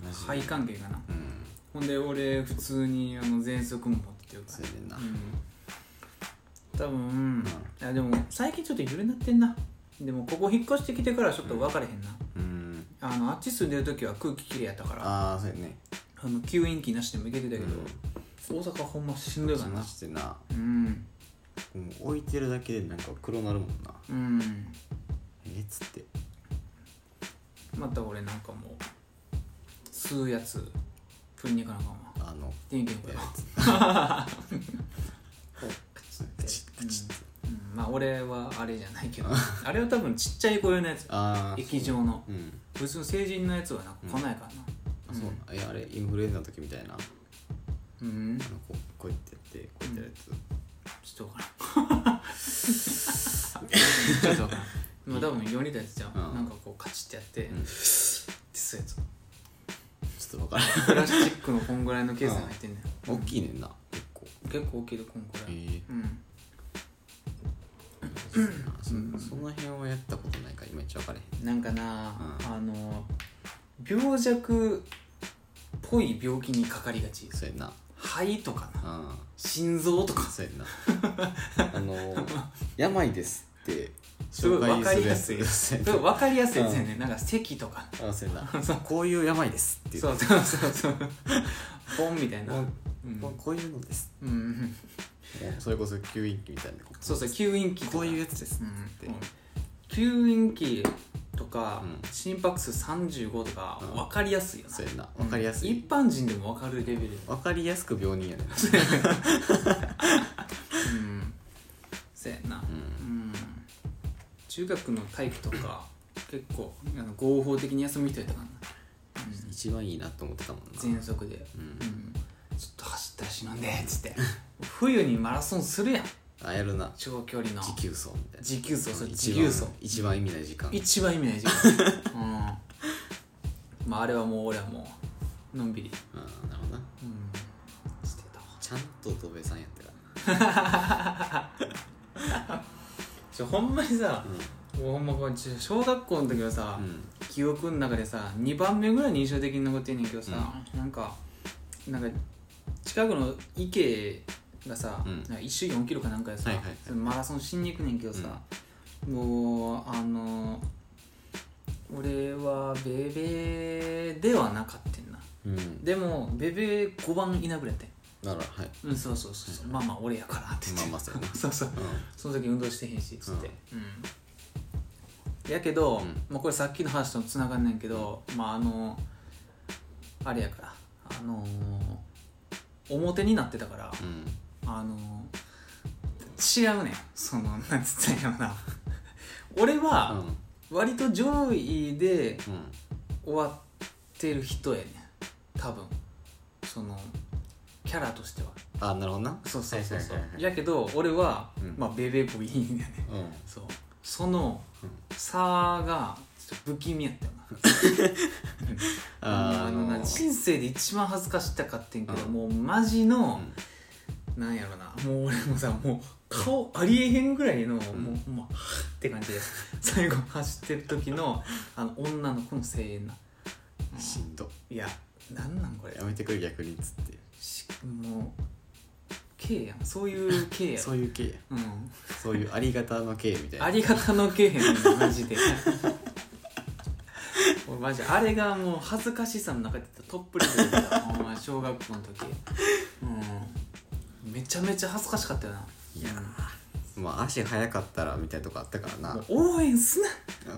S2: マジで
S1: 肺関係かな
S2: うん
S1: ほんで俺普通にあの喘息も持ってっていうか
S2: そうやねんな
S1: うん多分、うん、いやでも最近ちょっと緩になってんなでもここ引っ越してきてからはちょっと分かれへんな、
S2: うん
S1: あのあっち住んでる時は空気きれいやったからあ
S2: ああそうやね
S1: の吸引器なしでも行けてたけど、
S2: う
S1: 大阪ほんましんどい
S2: ん
S1: から
S2: マ
S1: な
S2: ジでな
S1: うん
S2: もう置いてるだけでなんか黒なるもんな
S1: うん
S2: えっつって
S1: また俺なんかもう吸うやつ取りに行かなあかんわ
S2: あの
S1: 電源
S2: や
S1: か
S2: つ
S1: カチッカチッうんまあ俺はあれじゃないけどあれは多分ちっちゃい子用のやつ
S2: ああ
S1: 液状の
S2: うん
S1: 別の成人のやつはなんか来ないからな
S2: あそうなんいやあれインフルエンザの時みたいなあ
S1: うん、うん、ちょ
S2: のこうこうやってやってこうやってやるやつ
S1: っとわ からんちょっとわからんまあ多分4人たやつじゃん、
S2: うん
S1: なんかこうカチッてやって、
S2: うん
S1: ってするやつ
S2: ちょっとわからん
S1: プラスチックのこんぐらいのケースに入ってんねん、
S2: 大きいねんな結構
S1: 結構大きいでこんぐらい、
S2: え
S1: うん
S2: えそその辺はやったことないからいまいち分かれへん
S1: なんかな、あの病弱っぽい病気にかかりがち
S2: そうやんな
S1: 肺とかな
S2: あ
S1: 心臓と
S2: あ
S1: か
S2: そうやんなあの病ですって
S1: すごい分かりやすい
S2: そうやん
S1: それ
S2: な
S1: 分かりやすいですよね、なんか咳とか
S2: あそうやんなこういう病ですっていう
S1: そうそうそうそうポンみたいな
S2: こ
S1: う、
S2: うこうんこういうのです
S1: うん、
S2: それこそ吸引器みたいなこ
S1: そうそう吸引器とか
S2: こういうやつです
S1: う
S2: っ
S1: ん
S2: て
S1: うん吸引器とか、
S2: うん
S1: 心拍数35とか
S2: うん
S1: 分かりやすいよな、
S2: そうやんな分かりやすい
S1: 一般人でも分かるレベル
S2: 分かりやすく病人 やねんな
S1: うんそうやな
S2: うん
S1: うん中学の体育とか結構あの合法的に休みといたからな、うん、
S2: 一番いいなと思ってたもんな
S1: 全速で、
S2: うん
S1: うん、ちょっと走ったら死ぬんでっつって冬にマラソンするやん
S2: あやるな
S1: 長距離の
S2: 持久走みたいな
S1: 持久走そう
S2: 一
S1: 持
S2: 番
S1: 久走
S2: 一番意味ない時間
S1: 一番意味ない 時間うんまああれはもう俺はもうのんびり、
S2: うんなるほどな
S1: うん、してたわ
S2: ちゃんと戸辺さんやったか
S1: ちょほんまにさ
S2: ら、な
S1: もうほんまこれちょ小学校の時はさ、
S2: うん、うん、
S1: 記憶の中でさ2番目ぐらいに印象的に残ってんねんけどさ、なんかなんか近くの池がさ、
S2: うん
S1: なんか1周4キロかなんかでさ、
S2: はいはいはい
S1: そのマラソンしに行くねんけどさ、もうあの俺はベベではなかったんな
S2: うん、
S1: でもベベ5番いなくれてん
S2: ならはい
S1: うんそうそうそうそう、まあまあ俺やからって言って、
S2: まあまあそう やな
S1: そうそう
S2: う
S1: その時運動してへんしっつって、うんやけど、
S2: うん
S1: まあ、これさっきの話とつながんねんけど、まああのあれやからあのー表になってたから、
S2: んうん
S1: あのー違うねんそのなんつったんやろな 俺
S2: う
S1: は
S2: ん
S1: 割と上位で
S2: うん
S1: 終わってる人やねん多分そのキャラとしては
S2: あなるほどな
S1: そうそうそうそう、
S2: はいはいはいはい
S1: やけど俺は、
S2: うん
S1: まあベベボいいんだよね
S2: うん
S1: そうその
S2: うん
S1: 差がちょっと不気味やったよな
S2: あーあ
S1: の
S2: の
S1: な人生で一番恥ずかしかってんけど、もうマジの、なんやろなもう俺もさもう顔ありえへんぐらいの、
S2: ん
S1: もうもうはぁって感じで最後走ってる時のあの女の子の声援な
S2: しんど
S1: いやなんなんこれ
S2: やめてくれ逆にっつっ
S1: しもう K やんそういう K
S2: て
S1: や
S2: そういう系
S1: う、うん、
S2: そういうありがたの系みたいな
S1: ありがたのけへんねんマジで 俺マジあれがもう恥ずかしさの中でトップレベルだったほんま小学校の時うんめちゃめちゃ恥ずかしかったよない
S2: やまあ足早かったらみたいなとこあったから
S1: も
S2: なも
S1: う応援すなっ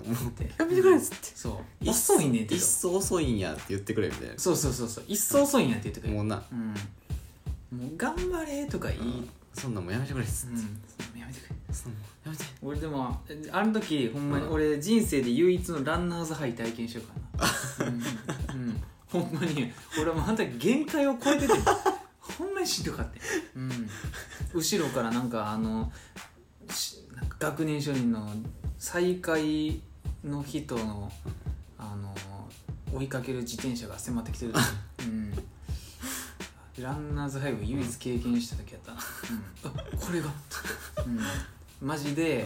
S2: う
S1: て
S2: やめてくれっつって
S1: そう遅いねんって
S2: 一層遅いんやって言ってくれみたい
S1: そうそうそうそう一層遅いんやって言ってく
S2: な
S1: れ
S2: も
S1: る
S2: うな
S1: うんもう頑張れとか言い、う
S2: うんんそんなんもうやめてくれっつっ
S1: やめてくれ
S2: てそんなんやめて
S1: 俺でもあの時ほんまに俺人生で唯一のランナーズハイ体験しようかな、うんうん、ほんまに俺はもうあの時限界を超えててほんまにしんどかった、うん、後ろからなんかあのしなんか学年主任の再会の人のあの追いかける自転車が迫ってき てる時、うんランナーズハイを唯一経験した時やったな、うん、あこれが、うん、マジで、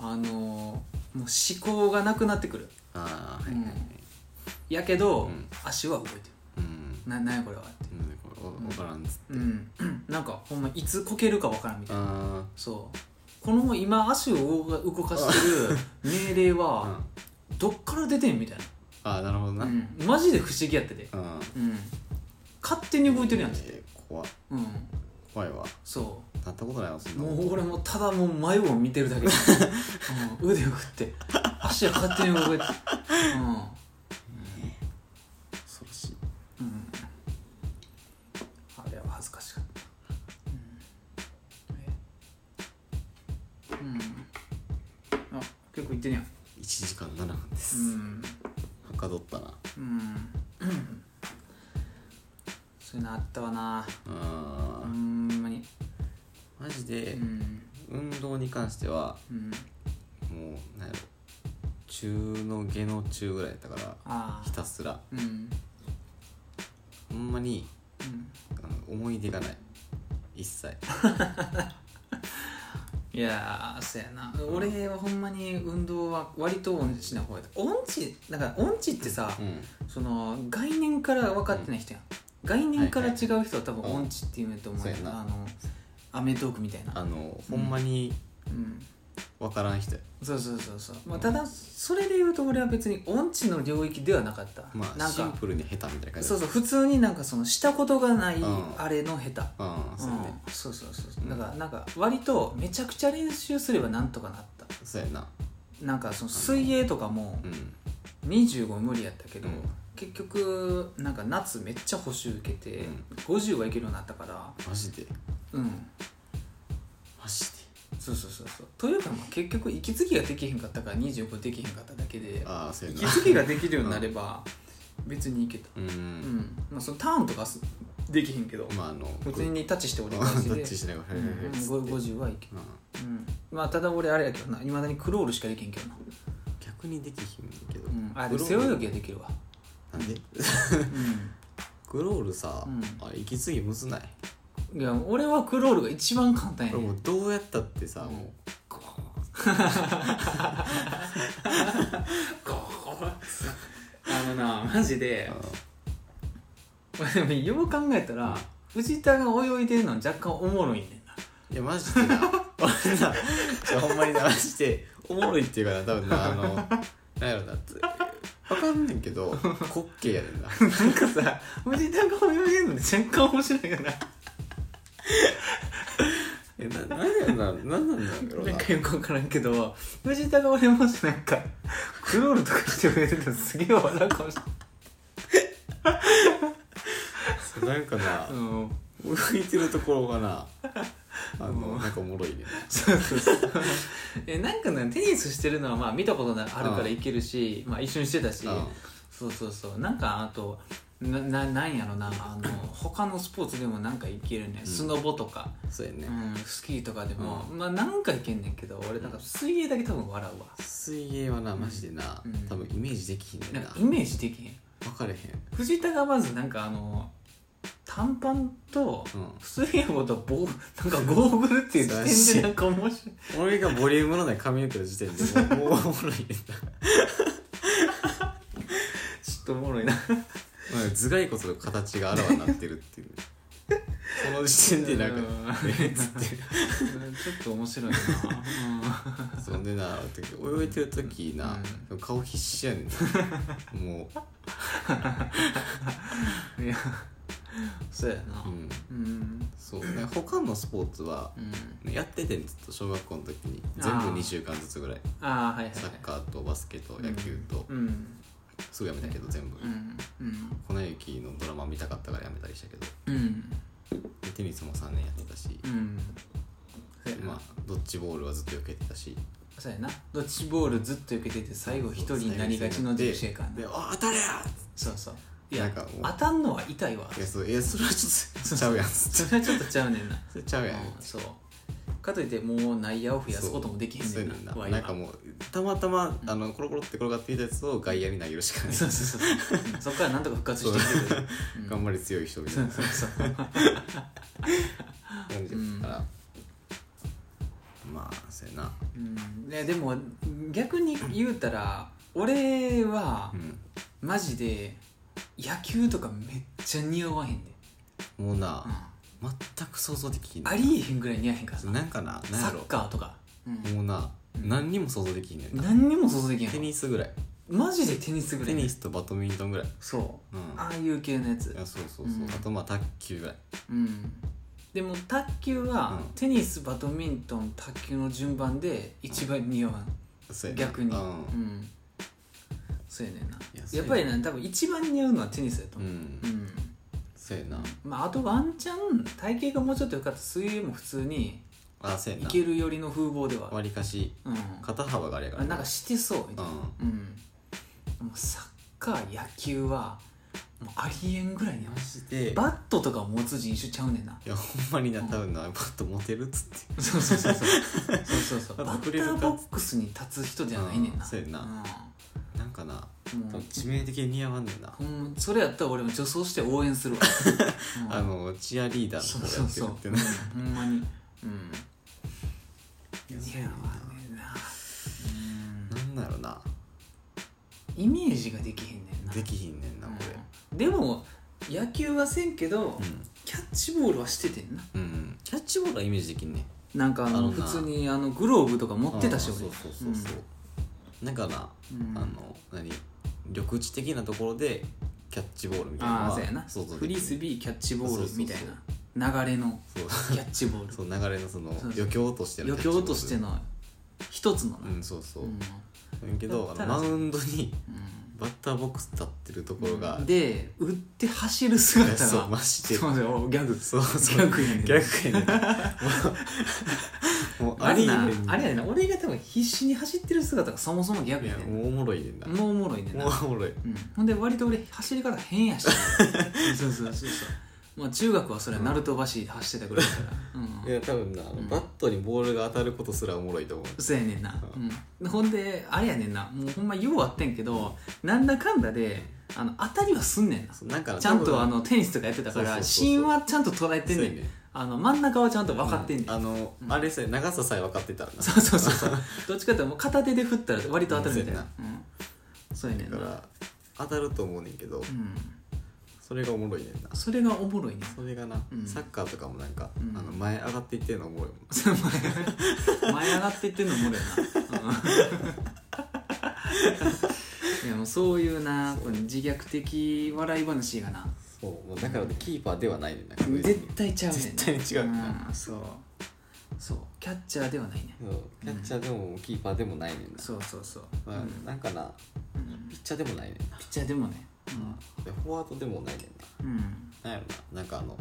S2: うん
S1: あのーもう思考がなくなってくる
S2: ああはいはいはい
S1: やけど、
S2: うん
S1: 足は動いて
S2: うん
S1: るななんやこれはって
S2: うんこれ分からんっつって、
S1: うん、なんかほんまいつこけるかわからんみたいな
S2: あ
S1: そうこの今足を動か動かしてる命令
S2: あ、うん
S1: は、どっから出てんみたい
S2: ああなるほどな、
S1: な、う
S2: う
S1: んん、マジで不思議やってて、うん、勝手に動いてるやんっつって、
S2: えー怖い
S1: うん、
S2: 怖いわ
S1: そ
S2: なったことないわそん
S1: う
S2: な
S1: も
S2: こと
S1: う俺もただもう前を見てるだ け、うん、腕を振って足は勝手に動いて
S2: 恐ろしい
S1: うん、うん、あれは恥ずかしかったうん、えうん、あ結構いってんやん
S2: 1時間7分です、
S1: うん
S2: はかどったな
S1: うんそういうのあったわな
S2: あ
S1: ほんまに
S2: マジ
S1: う
S2: で、
S1: ん
S2: 運動に関しては
S1: うん
S2: もうなんやろ中の下の中ぐらいやったから
S1: あ
S2: ひ
S1: あ
S2: たすら
S1: うんうん
S2: ほんまにあの思い出がない一切
S1: いやーそうやな俺はほんまに運動は割と音痴な方やった音痴だから音痴ってさ
S2: うん
S1: その概念から分かってない人やん概念から違う人は多分音痴って言うんやと思うよ
S2: そうやな
S1: あのアメトークみたいな
S2: あのほんまに
S1: うん
S2: わからん人や
S1: そうそうそうそうまあただそれで言うと俺は別に音痴の領域ではなかった
S2: まあ
S1: なん
S2: シン
S1: か
S2: プルに下手みたいな感じ
S1: そうそう普通になんかそのしたことがない
S2: うん
S1: あれの下手、
S2: ああそうやね
S1: うんそうそうそうだからなんか割とめちゃくちゃ練習すればなんとかなった
S2: そうやな
S1: なんかその水泳とかも
S2: うん
S1: 25無理やったけど、
S2: うん
S1: 結局なんか夏めっちゃ補習受けて
S2: うん
S1: 50はいけるようになったから
S2: マジで
S1: うん
S2: マジで
S1: そうそうそうそうというかまあ結局息継ぎができへんかったから25できへんかっただけで
S2: ああそうやな
S1: 息継ぎができるようになれば別にいけた
S2: う
S1: うん、
S2: ん
S1: まあそのターンとかすできへんけど
S2: まああの
S1: 普通にタッチして
S2: こ
S1: 折
S2: う
S1: り
S2: タ
S1: 返し
S2: ッ
S1: で
S2: チしながら
S1: う
S2: へ
S1: ん
S2: へへっつって
S1: 50はいけ
S2: うん
S1: うん、まあただ俺あれやけどないまだにクロールしかできんけどな、
S2: 逆にできひんねんけど
S1: うん、あで
S2: グ
S1: も
S2: ロ
S1: 背
S2: ー
S1: 泳
S2: ル
S1: ぎはできるわ、
S2: なんで
S1: う
S2: クロールさ
S1: うん
S2: あれ息継ぎむずない
S1: ん、いや俺はクロールが一番簡単や
S2: 俺
S1: ね
S2: もうどうやったってさ
S1: うん
S2: もうゴーン
S1: あのなマジで
S2: あ
S1: 俺でもよう考えたら藤田が泳いでるの若干おもろいねんない
S2: やマジでな俺なちょほんまになマジでおもろいっていうかな多分なあのなんやろなつわかんねんけど滑稽やねんな
S1: なん かさ藤田が泳いでるの若干面白いよな
S2: えななんやろななんなんだろう
S1: なん
S2: な
S1: かよく分からんけど藤田が俺もしなんかクロールとかして泳いでるのすげえ笑うかもしれ
S2: そうなんかな
S1: ない、うん
S2: 浮いてるところがなあ
S1: う
S2: の
S1: ん
S2: なんかおもろいねんな
S1: そうそうそうえなんかねテニスしてるのはまあ見たことがあるからいけるしまあ、一緒にしてたし、
S2: うん
S1: そうそうそうなんかあとなななんやろなあの他のスポーツでもなんかいけるね、
S2: ん
S1: スノボとか、
S2: そうやね
S1: うん、スキーとかでも、
S2: う
S1: まあなんかいけんねんけど俺なんか水泳だけ多分笑うわ
S2: 水泳はなマジでな
S1: うん
S2: 多分イメージできひんねん
S1: なん
S2: な
S1: かイメージできへん
S2: 分かれへん
S1: 藤田がまずなんかあの短パンと
S2: うん
S1: 水泳帽と棒なんかゴーグルっていう時点でなんか面白い
S2: 俺がボリュームのない髪の毛の時点でもうもうおもろいねんな
S1: ちょっとおもろいな
S2: まあ頭蓋骨の形があらわになってるっていうその時点でなんか
S1: う
S2: え
S1: ん
S2: ーっつって
S1: うん ちょっと面白いな。
S2: そんでな泳いでる時な、顔必死やねんも
S1: うん、いや、そうやな
S2: う、う。ん、
S1: うん、
S2: そうね他のスポーツは
S1: うん、
S2: やっててんずっと小学校の時に
S1: あー
S2: 全部2週間ずつぐらい
S1: ああ、はいはいはい。
S2: サッカーとバスケと野球と、
S1: うん、
S2: すぐやめたけど全部、
S1: うん、うん、
S2: 粉雪のドラマ見たかったからやめたりしたけど
S1: うん、
S2: でテニスも3年やってたし
S1: う、ん。そうやな
S2: まあドッジボールはずっと避けてたし
S1: そうやな。ドッジボールずっと受けてて、最後一人になりがちの人生観。
S2: で「あ当たれや!」
S1: そうそう。い
S2: な
S1: や
S2: んかもう、
S1: 当たんのは痛いわ
S2: い。やそういやそれはちょっとちゃうやんそ
S1: それはちょっとちゃうね んな。
S2: れちゃうやん
S1: うんそう。かといって、もう内野を増やすこともできへん
S2: そう
S1: ね
S2: や
S1: んな。
S2: ねんな
S1: わ
S2: なんかもうたまたまあのコロコロって転がっていたやつを外野に投げるしかない
S1: そうそうそううん。そっからなんとか復活してきてくれる。うん
S2: 頑張り強い人みた
S1: そ
S2: いうな
S1: そうそう。
S2: 感じだったから、まあそうやな
S1: うん、ねでも逆に言うたら俺は
S2: うん
S1: マジで野球とかめっちゃ似合わへんで
S2: もうな全く想像できひん
S1: ありえへんぐらい似合えへんからな
S2: なんかななん
S1: サ
S2: やろ
S1: ッカーとか、うん、
S2: もうな何にも想像できひんねんな
S1: 何にも想像できへん
S2: テニスぐらい
S1: マジでテニスぐら
S2: テ
S1: い
S2: ニスとバドミントンぐらい
S1: そう、
S2: うん
S1: ああいう系のや
S2: い
S1: つ
S2: やそうそうそう、
S1: うん
S2: あとまあ卓球ぐらい
S1: うんでも卓球は、
S2: うん
S1: テニスバドミントン卓球の順番で一番似合わん
S2: そうやな
S1: 逆に
S2: う
S1: うんん、そうやねんない
S2: や
S1: や
S2: そうや
S1: っぱりな多分一番似合うのはテニスだと
S2: う
S1: 思う、
S2: ん
S1: うん
S2: そうやな
S1: まあ、あとワンチャン体型がもうちょっと良かったら水泳も普通に
S2: あそうや
S1: い
S2: な
S1: けるよりの風貌では
S2: わりかし
S1: うん
S2: 肩幅があれやか
S1: あ
S2: ら
S1: なんかしてそうみたいな
S2: う
S1: うん、でもサッカー野球はもうありえんぐらいに
S2: んマジで
S1: バットとか持つ人種ちゃうねんない
S2: やほんまにな
S1: うん
S2: 多分なバッとモテるっつって
S1: そうそうそうそうそうそうそう
S2: あ
S1: バッタ
S2: 触れるか
S1: ーボックスに立つ人じゃないねん
S2: うん
S1: な
S2: そうやななんかな
S1: うんもう
S2: 致命的に似合わんねんな
S1: ほんまそれやったら俺も女装して応援す るわ、うん
S2: あのチアリーダー
S1: そう
S2: の
S1: そう
S2: 方
S1: そう
S2: やって
S1: う
S2: る
S1: ん
S2: ってな
S1: ほんまにうん
S2: いや
S1: 似合 わねえなうん
S2: なんだろうな
S1: イメージができへんねんな
S2: できひんねんなこれ
S1: うんでも野球はせんけど、
S2: うん
S1: キャッチボールはしててんな
S2: うんキャッチボールはイメージできんねん
S1: なんかあの
S2: あのな
S1: 普通にあのグローブとか持ってたし
S2: うん
S1: 俺
S2: そうそうそうそうなんかな
S1: うん
S2: あの何緑地的なところでキャッチボールみたいなの
S1: あ
S2: は
S1: あそうやな
S2: 想像でき
S1: フ
S2: る
S1: リスビーキャッチボールみたいな流れの
S2: そう
S1: キャッチボール
S2: そう流れのその
S1: そう
S2: 余興としての
S1: 余興として
S2: の
S1: の一つのな、
S2: うんそうそう
S1: うん
S2: けどあ
S1: だ
S2: の
S1: った
S2: マ
S1: ら
S2: ウンドに
S1: うん
S2: バッターボックス立ってるところが
S1: で打って走る
S2: い
S1: 姿
S2: や
S1: が
S2: そうマジで
S1: そうだよギャグ
S2: そう
S1: ギ
S2: そう
S1: ャグやねん
S2: 逆やね んもうあ
S1: あれ
S2: りえへ
S1: なんあれやねんな俺が多分必死に走ってる姿がそもそもギャグ
S2: い
S1: や
S2: や
S1: ねん
S2: もうおもろいねんなも
S1: もうおもろいねんな
S2: うおもろい
S1: うん、ほんで割と俺走り方変 やしそうそうそうそうまあ中学はそれは鳴門橋走ってたぐらいだから、うん
S2: いや多分なあの
S1: うん
S2: バットにボールが当たることすらおもろいと思う
S1: そうやねんな、
S2: う
S1: うん、ほんであれやねんなもうほんまようあってんけどなんだかんだであの当たりはすんねんな
S2: そうなんか
S1: ちゃんとあ
S2: っ
S1: のテニスとかやってたか
S2: そう
S1: ら
S2: そうそうそう
S1: 芯はちゃんと捉えてんねんあの真ん中はちゃんと分かってんねん、
S2: あのあれさえ長ささえ分かってたら な
S1: そうそうそうそうどっちかっていうともう片手で振ったら割と当たるみたいな、うん、そうやねん
S2: だ
S1: な
S2: から当たると思うねんけど
S1: うん、
S2: それがおもろいねんな
S1: それがおもろいねん
S2: それがな
S1: うん
S2: サッカーとかもなんか
S1: うん
S2: あの前上がっていってんのおもろいもん
S1: それ前前上がってってんのもろやな、うん いやもうそういうなこれ自虐的笑い話がな
S2: そうもうだからねキーパーではないねんな確実に
S1: 絶対ちゃうねんな
S2: 絶対に違うよな
S1: うんそうそうキャッチャーではないね
S2: そうキャッチャーでもキーパーでもないねんな
S1: そうそうそう、
S2: ま
S1: うん
S2: あなんかな
S1: うん
S2: ピッチャーでもないねんな
S1: ピッチャーでもね
S2: でフォワードでもないねん
S1: うん、
S2: ななんやろななんかあの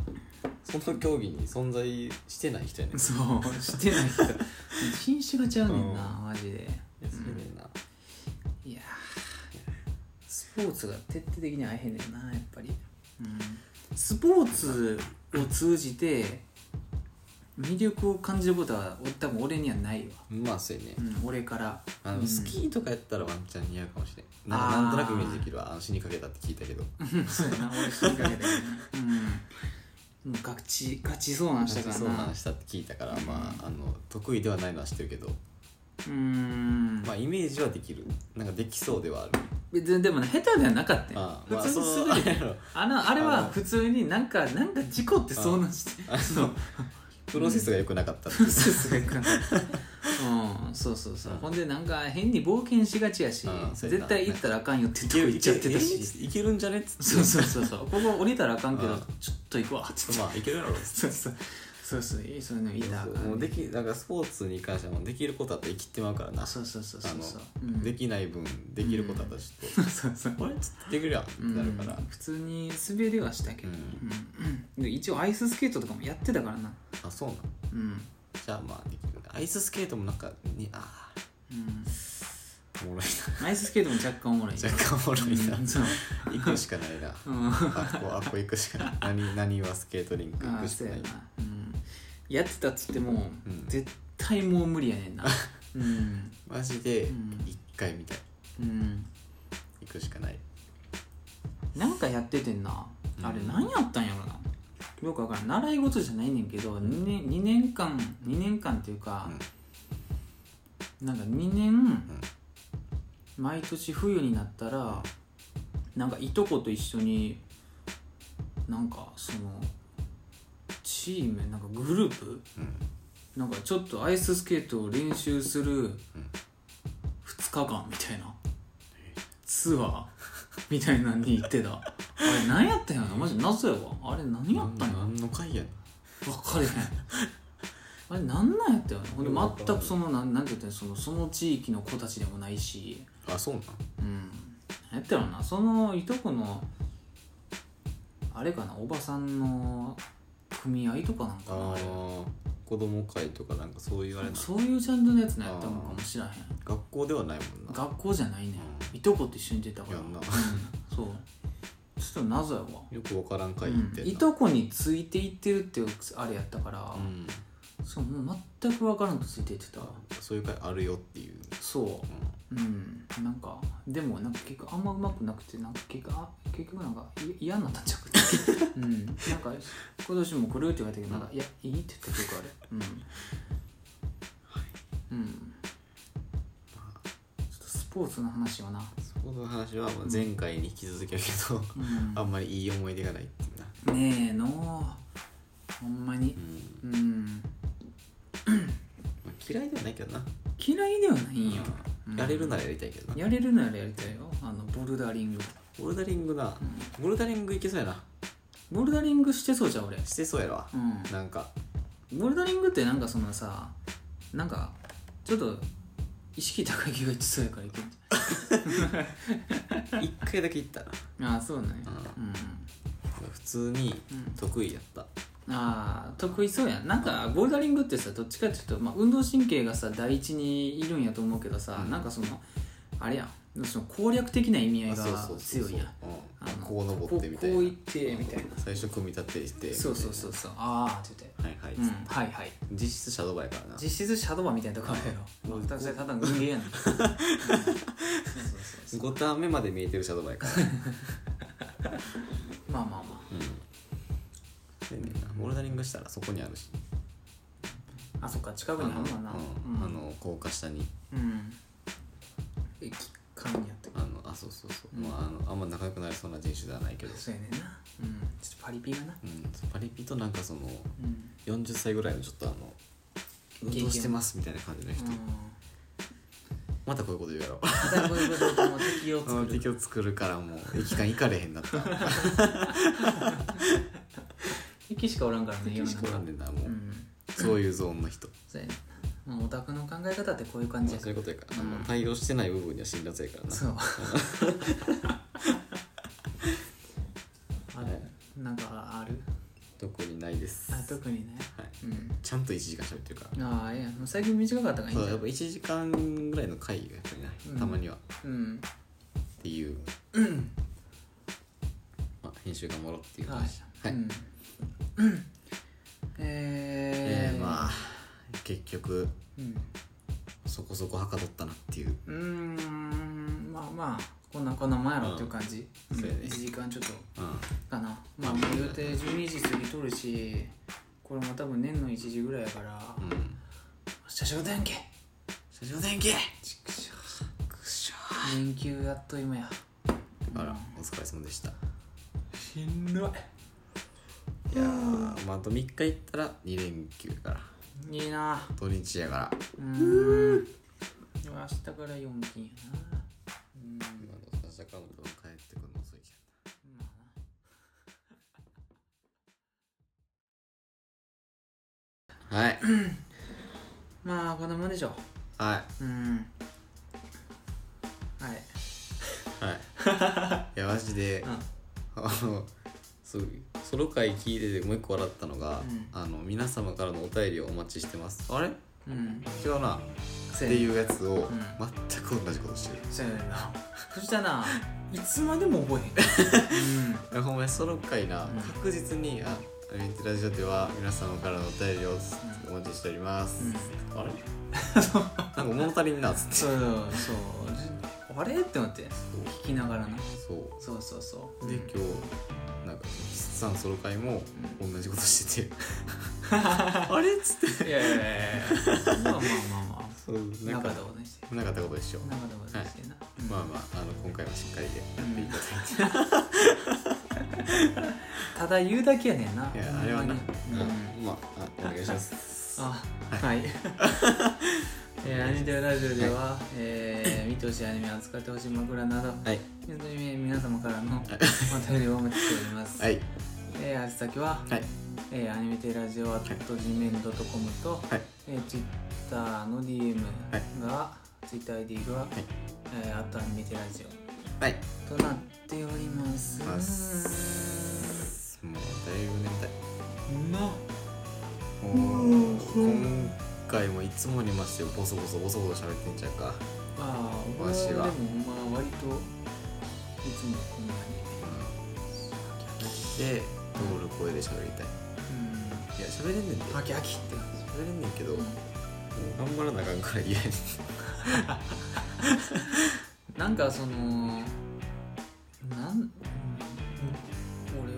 S2: その競技に存在してない人やね
S1: うんん、
S2: な
S1: そうしてない人 品種がちゃうねんな、マジで
S2: いやそれねんない
S1: やースポーツが徹底的に会えへんねんなやっぱり、うん、スポーツを通じて魅力を感じることは多分俺にはないわ、
S2: まあそうやね
S1: うん、俺から
S2: あの
S1: うん
S2: スキーとかやったらワンチャン似合うかもしれんなん
S1: あ
S2: か
S1: ー
S2: なんとなくイメージできるわあの死にかけたって聞いたけど
S1: そうやな俺死にかけたけどねうんもうガチガチそうなんしたから
S2: そう
S1: な
S2: 話したって聞いたからまああの得意ではないのは知ってるけど
S1: うーん、
S2: まあイメージはできるなんかできそうではある
S1: 別にでもね下手ではなかったよ
S2: あー
S1: 普
S2: まあ
S1: 通に
S2: そ
S1: す
S2: の
S1: ぐ
S2: あ
S1: に
S2: れや ろ
S1: あのあれ
S2: あ
S1: は
S2: の
S1: 普通になんかなんか事故って遭難して
S2: あ
S1: そう
S2: プロセスが良くなかったって
S1: プロセスがいかないうんそうそうそう、
S2: うん
S1: ほんでなんか変に冒険しがちやし、
S2: うんそうやな
S1: 絶対行ったらあかんよって
S2: い
S1: とこ行っちゃってたし
S2: いけるんじゃねっつって
S1: そうそうそうそうここ降りたらあかんけど、
S2: うん
S1: ちょっと行くわって言って
S2: まあいけるやろ
S1: そうそうそうそういいそういうのいたらあかん
S2: もうできなんかスポーツに関してはもうできることあったら生きてまうからな
S1: そうそうそう
S2: あ
S1: そう
S2: の
S1: そう、うん、
S2: できない分できることあったらちょっ
S1: そうそう
S2: と、あれちょっとできるやんってなるから、
S1: うん普通に滑りはしたけど、
S2: うん
S1: うんで一応アイススケートとかもやってたからな
S2: あそうなん
S1: う ん
S2: じゃあまあできるアイススケートもなんかにあ
S1: うん、
S2: ーおもろい
S1: アイススケートも若干おもろい
S2: な若干おもろいな
S1: うんそう、
S2: 行くしかないな
S1: うん
S2: あっこあっこ行くしかない何何はスケートリンク行
S1: あ
S2: く
S1: あ
S2: し
S1: そ
S2: か
S1: うや
S2: な、
S1: ないうん、やってたっつっても、
S2: うん
S1: 絶対もう無理やねんなうん、
S2: マジで
S1: うん
S2: 一回みたい
S1: うん、
S2: 行くしかない
S1: なんかやっててんな
S2: うん
S1: あれ何やったんやろなよくわからん習い事じゃないねんけど 2, 年2年間2年間っていうか、なんか2年、毎年冬になったらなんかいとこと一緒になんかそのチームなんかグループ
S2: うん
S1: なんかちょっとアイススケートを練習する2日間みたいなツアーみたいなのに行ってたあれ何やったんやろマジ謎やわあれ何やったんや
S2: 何の回やねん
S1: 分かれへんあれなんなんやったよねほんで全くそのなんなんて言ったんやそのその地域の子たちでもないし
S2: あそうなん
S1: うん何やったろなそのいとこのあれかなおばさんの組合とかなんかな
S2: あ
S1: あれ
S2: ー子供会とかなんかそういうあれな
S1: そういうジャンルのやつのやったのかもしらへん
S2: 学校ではないもんな
S1: 学校じゃないね
S2: う
S1: いとこと一緒に出たから
S2: やんな
S1: うんそうちょっと謎やわ
S2: よくわからん会
S1: う
S2: 行っ
S1: ん
S2: てんない
S1: とこについていってるっていうあれやったから、
S2: うん
S1: そうもう全く分からんとついていってた
S2: そういう会あるよっていう
S1: そううんなんかでもなんか結局あんまうまくなくてなんか結局あ結局なんかい嫌になったんちゃうか うんなんか今年も来るって言われたけどなんか「いやいい」って言った曲あれうん、うんちょっとスポーツの話はな、
S2: んそこの話はまあ前回に引き続きやけど
S1: うん
S2: あんまりいい思い出がないっていうな
S1: ねえのほんまに
S2: うん
S1: うん
S2: まあ嫌いではないけどな
S1: 嫌いではないんよ、
S2: うんやれるならやりたいけどな
S1: やれるならやりたいよあのボルダリング
S2: ボルダリングなボルダリングいけそうやな
S1: ボルダリングしてそうじゃん俺
S2: してそうやろ
S1: うん
S2: なん か
S1: ボルダリングってなんかそのさなんかちょっと意識高い気が言ってそうやからいけんじ
S2: 一回だけ行ったな
S1: ゃんああそうなんや
S2: う
S1: うん、
S2: 普通に得意やった
S1: ああ得意そうやんなんかボルダリングってさどっちかっていうと、まあ、運動神経がさ第一にいるんやと思うけどさ、
S2: うん
S1: なんかそのあれやんその攻略的な意味合いが強いやん
S2: うん
S1: あの
S2: こう登ってみたい
S1: こう
S2: な
S1: 行ってみたいな
S2: 最初組み立てして
S1: そうそうそうそうああって言って
S2: はいはい、
S1: うんはいはい
S2: 実質シャドーバイからな
S1: 実質シャドーバーみたいなとこあるやろ
S2: うん
S1: 私はただの人 間やんうんそうそうそうそう
S2: 5ターン目まで見えてるシャドーバイから
S1: まあまあま
S2: うんそうやねんなボルダリングしたらそこにあるし
S1: ああそっか近
S2: あ
S1: く
S2: の,う
S1: に
S2: ん、
S1: あるもんなうん
S2: あの高架下に
S1: うん駅間にやったけ
S2: あのあそうそうそう、まあ、あのあんま仲良くなりそうな人種ではないけど
S1: ど、そうやねんなうんちょっとパリピがな
S2: うん、パリピとなんかその
S1: うん
S2: 40歳ぐらいのちょっとあの運動してますみたいな感じの人、またこういうこと言うやろ
S1: だこういうことでもう敵を
S2: あの
S1: 作
S2: 敵
S1: る
S2: を作るからもう駅間行かれへんな った
S1: 敵しかおらんからね
S2: 敵しかおらんねんなもう、
S1: うん
S2: そういうゾーンの人
S1: そうやねんなまあオタクの考え方ってこういう感じ
S2: まあ
S1: や
S2: そういうことやからな、
S1: うん
S2: あの対応してない部分には辛辣やからな
S1: そう あ
S2: は
S1: るなんかある
S2: 特にないです
S1: あ特にね
S2: はい、
S1: うん
S2: ちゃんと1時間喋ってるから
S1: ああいやもう最近短かったからいいん
S2: そう
S1: じゃな
S2: やっ
S1: い
S2: ぱ1時間ぐらいの会がやっぱりない、
S1: うん
S2: たまにはっ
S1: うん
S2: ていう、まあ、編集がもろっていう
S1: はい
S2: 話、はい
S1: うん
S2: え
S1: え
S2: ー
S1: ー
S2: まあ結局
S1: うん
S2: そこそこはかどったなっていう
S1: うーんまあまあこんなこんな前やろっていう感じ
S2: うん
S1: うん
S2: そうやね
S1: 1時間ちょっと
S2: うん
S1: かなまあもう予定12時過ぎとるしこれも多分年の1時ぐらいやから
S2: う
S1: 明
S2: ん
S1: 日仕事やんけ
S2: 社長電気
S1: ちくしょう連休やっと今や
S2: あらお疲れ様でしたい
S1: しんどい
S2: やーまああと3日行ったら2連休やから
S1: いいな
S2: 土日やから
S1: うーんでも明日から4勤やなうん
S2: 今のサシャカの分帰ってくるの遅いけど
S1: まあな
S2: はい
S1: まあこんなもんでしょ
S2: は
S1: ううんはい
S2: いはいいやマジで、あのそうソロ回聞いててもう一個笑ったのが、
S1: うん
S2: あの皆様からのお便りをお待ちしてますあれ
S1: うんうん
S2: 違うなっ
S1: せ
S2: て
S1: やねん
S2: いうやつを、
S1: ん
S2: 全く同じことしてる
S1: せやねん なそしたら ないつまでも覚えへ ん
S2: いやほんまにソロ回な、
S1: ん
S2: 確実に「あアメンテラジオ」では皆様からのお便りをお待ちしております、あれ なんか物足りんなっつって
S1: そ
S2: そう
S1: そうそうあれって思って聞きながらな
S2: うそ
S1: そうそうそう
S2: う
S1: う
S2: で
S1: ん
S2: 今日なんか筆算ソロ回も同じことして てあれっつって
S1: いやいやい やいやまあまあまあま
S2: そう
S1: あ
S2: な
S1: なんか
S2: か
S1: ったことにして
S2: なかったことでしょ
S1: なかったことにしてな、うん
S2: まあまああの今回はしっかりでやっていただいて、
S1: うんただ言うだけやねんない
S2: やあれはな、
S1: う
S2: うんん、まああお願いします
S1: あはい えーアニテオラジオでは、えー見てほしいアニメ扱ってほしい枕など
S2: はい
S1: 本当に皆様からのお便りをお待ちしております、
S2: はい
S1: えー、あつ先は、
S2: はい
S1: えーアニメテラジオアット Gmail.com と、
S2: はい
S1: えー、Twitter の DM が、TwitterID が、えー、あとアニメテラジ
S2: はい
S1: オとなっております
S2: あっすもうだいぶ眠たい
S1: な
S2: もう今回もいつもにましてボソボソボソボソ喋ってんちゃうか、
S1: ああ
S2: わしは
S1: でもまあ割といつもこんな
S2: で通る声で喋りたい
S1: に
S2: いや喋れんねんで
S1: うん
S2: 喋
S1: ハキハキって感
S2: れんねんけど、
S1: じ、
S2: もう頑張らなあかんから言えん
S1: なんかそのなんうん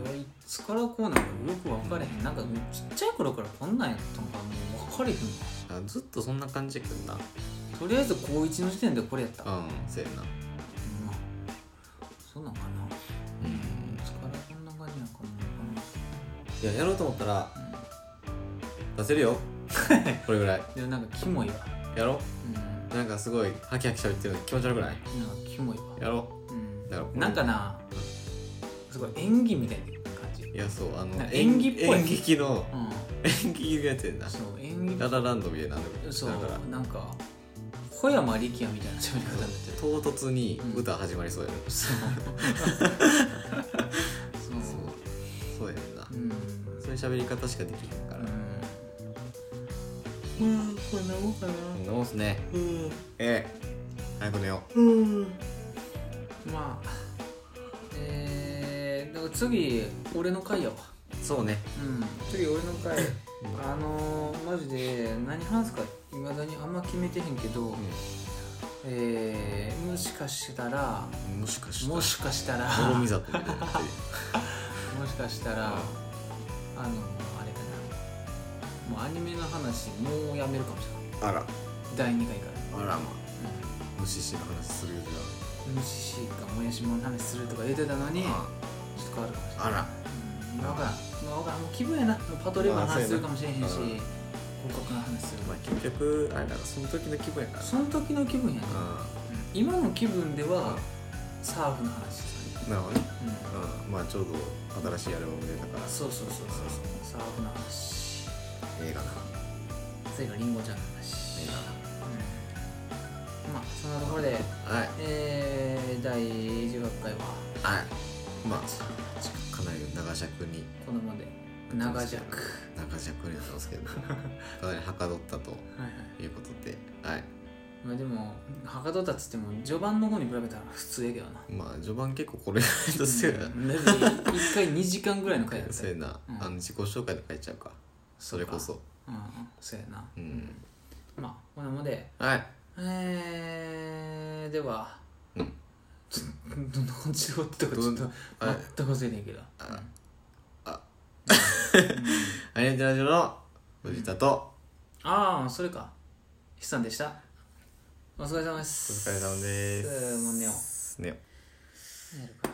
S1: 俺はいつからこうなのかよく分かれへんなんかちっちゃい頃からこんなんやったんかもう分かれへん
S2: あずっとそんな感じやけどな
S1: とりあえず高1の時点でこれやった、うん、
S2: うんせやな
S1: そうなんかな
S2: うん
S1: いつからこんな感じなんかも
S2: いややろうと思ったら出せるよこれぐらい
S1: でもなんかキモいわ
S2: やろ
S1: うんなん
S2: うなんかすごいハキハキ喋ってるの気持ち悪くない
S1: かキモいわ
S2: やろ
S1: うん
S2: だからこれ
S1: なんかなすごい演技みたいな感じ
S2: ういやそうあの
S1: なんか演技っぽい
S2: 演劇の
S1: う
S2: 演劇のやつやんなん
S1: そう演技
S2: ララランドみたいなの
S1: そう
S2: だから
S1: なんか小山力也みたいな喋り方になってる
S2: 唐突に歌始まりそうやろ、
S1: そう
S2: そ
S1: そうう
S2: そうやねんな、
S1: うん
S2: そういう喋り方しかできへんから、
S1: うんこんなもんかな
S2: 飲もうっすね
S1: うん
S2: ええ早く寝よ
S1: うんまあえー、でも次俺の回やわ
S2: うそうね
S1: うん次俺の回あのー、マジで何話すかいまだにあんま決めてへんけど、えー、もしかしたら
S2: うんもしかしたら
S1: もしかしたら
S2: 諸見里みたいになってる
S1: もしかしたら、あのあれかなもうアニメの話もうやめるかもしれない
S2: あら
S1: 第2回から
S2: あらま無視しの話するよ
S1: 無視しかもやしもの話するとか言ってたのに
S2: じ
S1: ちょ
S2: ゃ
S1: っと変わるかもしれ
S2: ああら
S1: ない、うん、分からんまあ分からんもう気分やなもうパトレーバーの
S2: まあそ
S1: 話
S2: うや
S1: する
S2: な
S1: かもしれへんし
S2: う
S1: 広
S2: ん
S1: 告の話する
S2: まあ結局あれだなその時の気分やから
S1: その時の気分やね、うん今の気分ではサーフの話する、
S2: うんなるほどね
S1: うん
S2: うんまあちょうど新しいアルバム出たから
S1: そうそうそうそうそうサーフの話
S2: 映画な
S1: それがりんごちゃんの話
S2: 映
S1: うんまあそんなところで
S2: 画はい
S1: えー、第18回は
S2: はいまあかなり長尺に
S1: このまで長尺
S2: 長尺になってますけど かなりはかどったと
S1: はいはい
S2: いうことではい
S1: まあでもはかどったっつっても序盤の方に比べたら普通やけどな
S2: まあ序盤結構これぐらいとせやな
S1: だって1回2時間ぐらいの回やった
S2: せやな、
S1: うん
S2: あの自己紹介とか言っちゃうかそれこそ
S1: うんうんそうやな
S2: うん
S1: まあこのままで
S2: はい
S1: えー、では
S2: うん
S1: ちょどんな感じで終わってたかちょっと
S2: どんあ
S1: 全く忘れてんけど
S2: あアニメテラジオの藤田と
S1: ああそれか筆さんでしたお疲れ様で
S2: お
S1: す
S2: 疲れ様です
S1: もう寝よう
S2: 寝よう
S1: 寝るか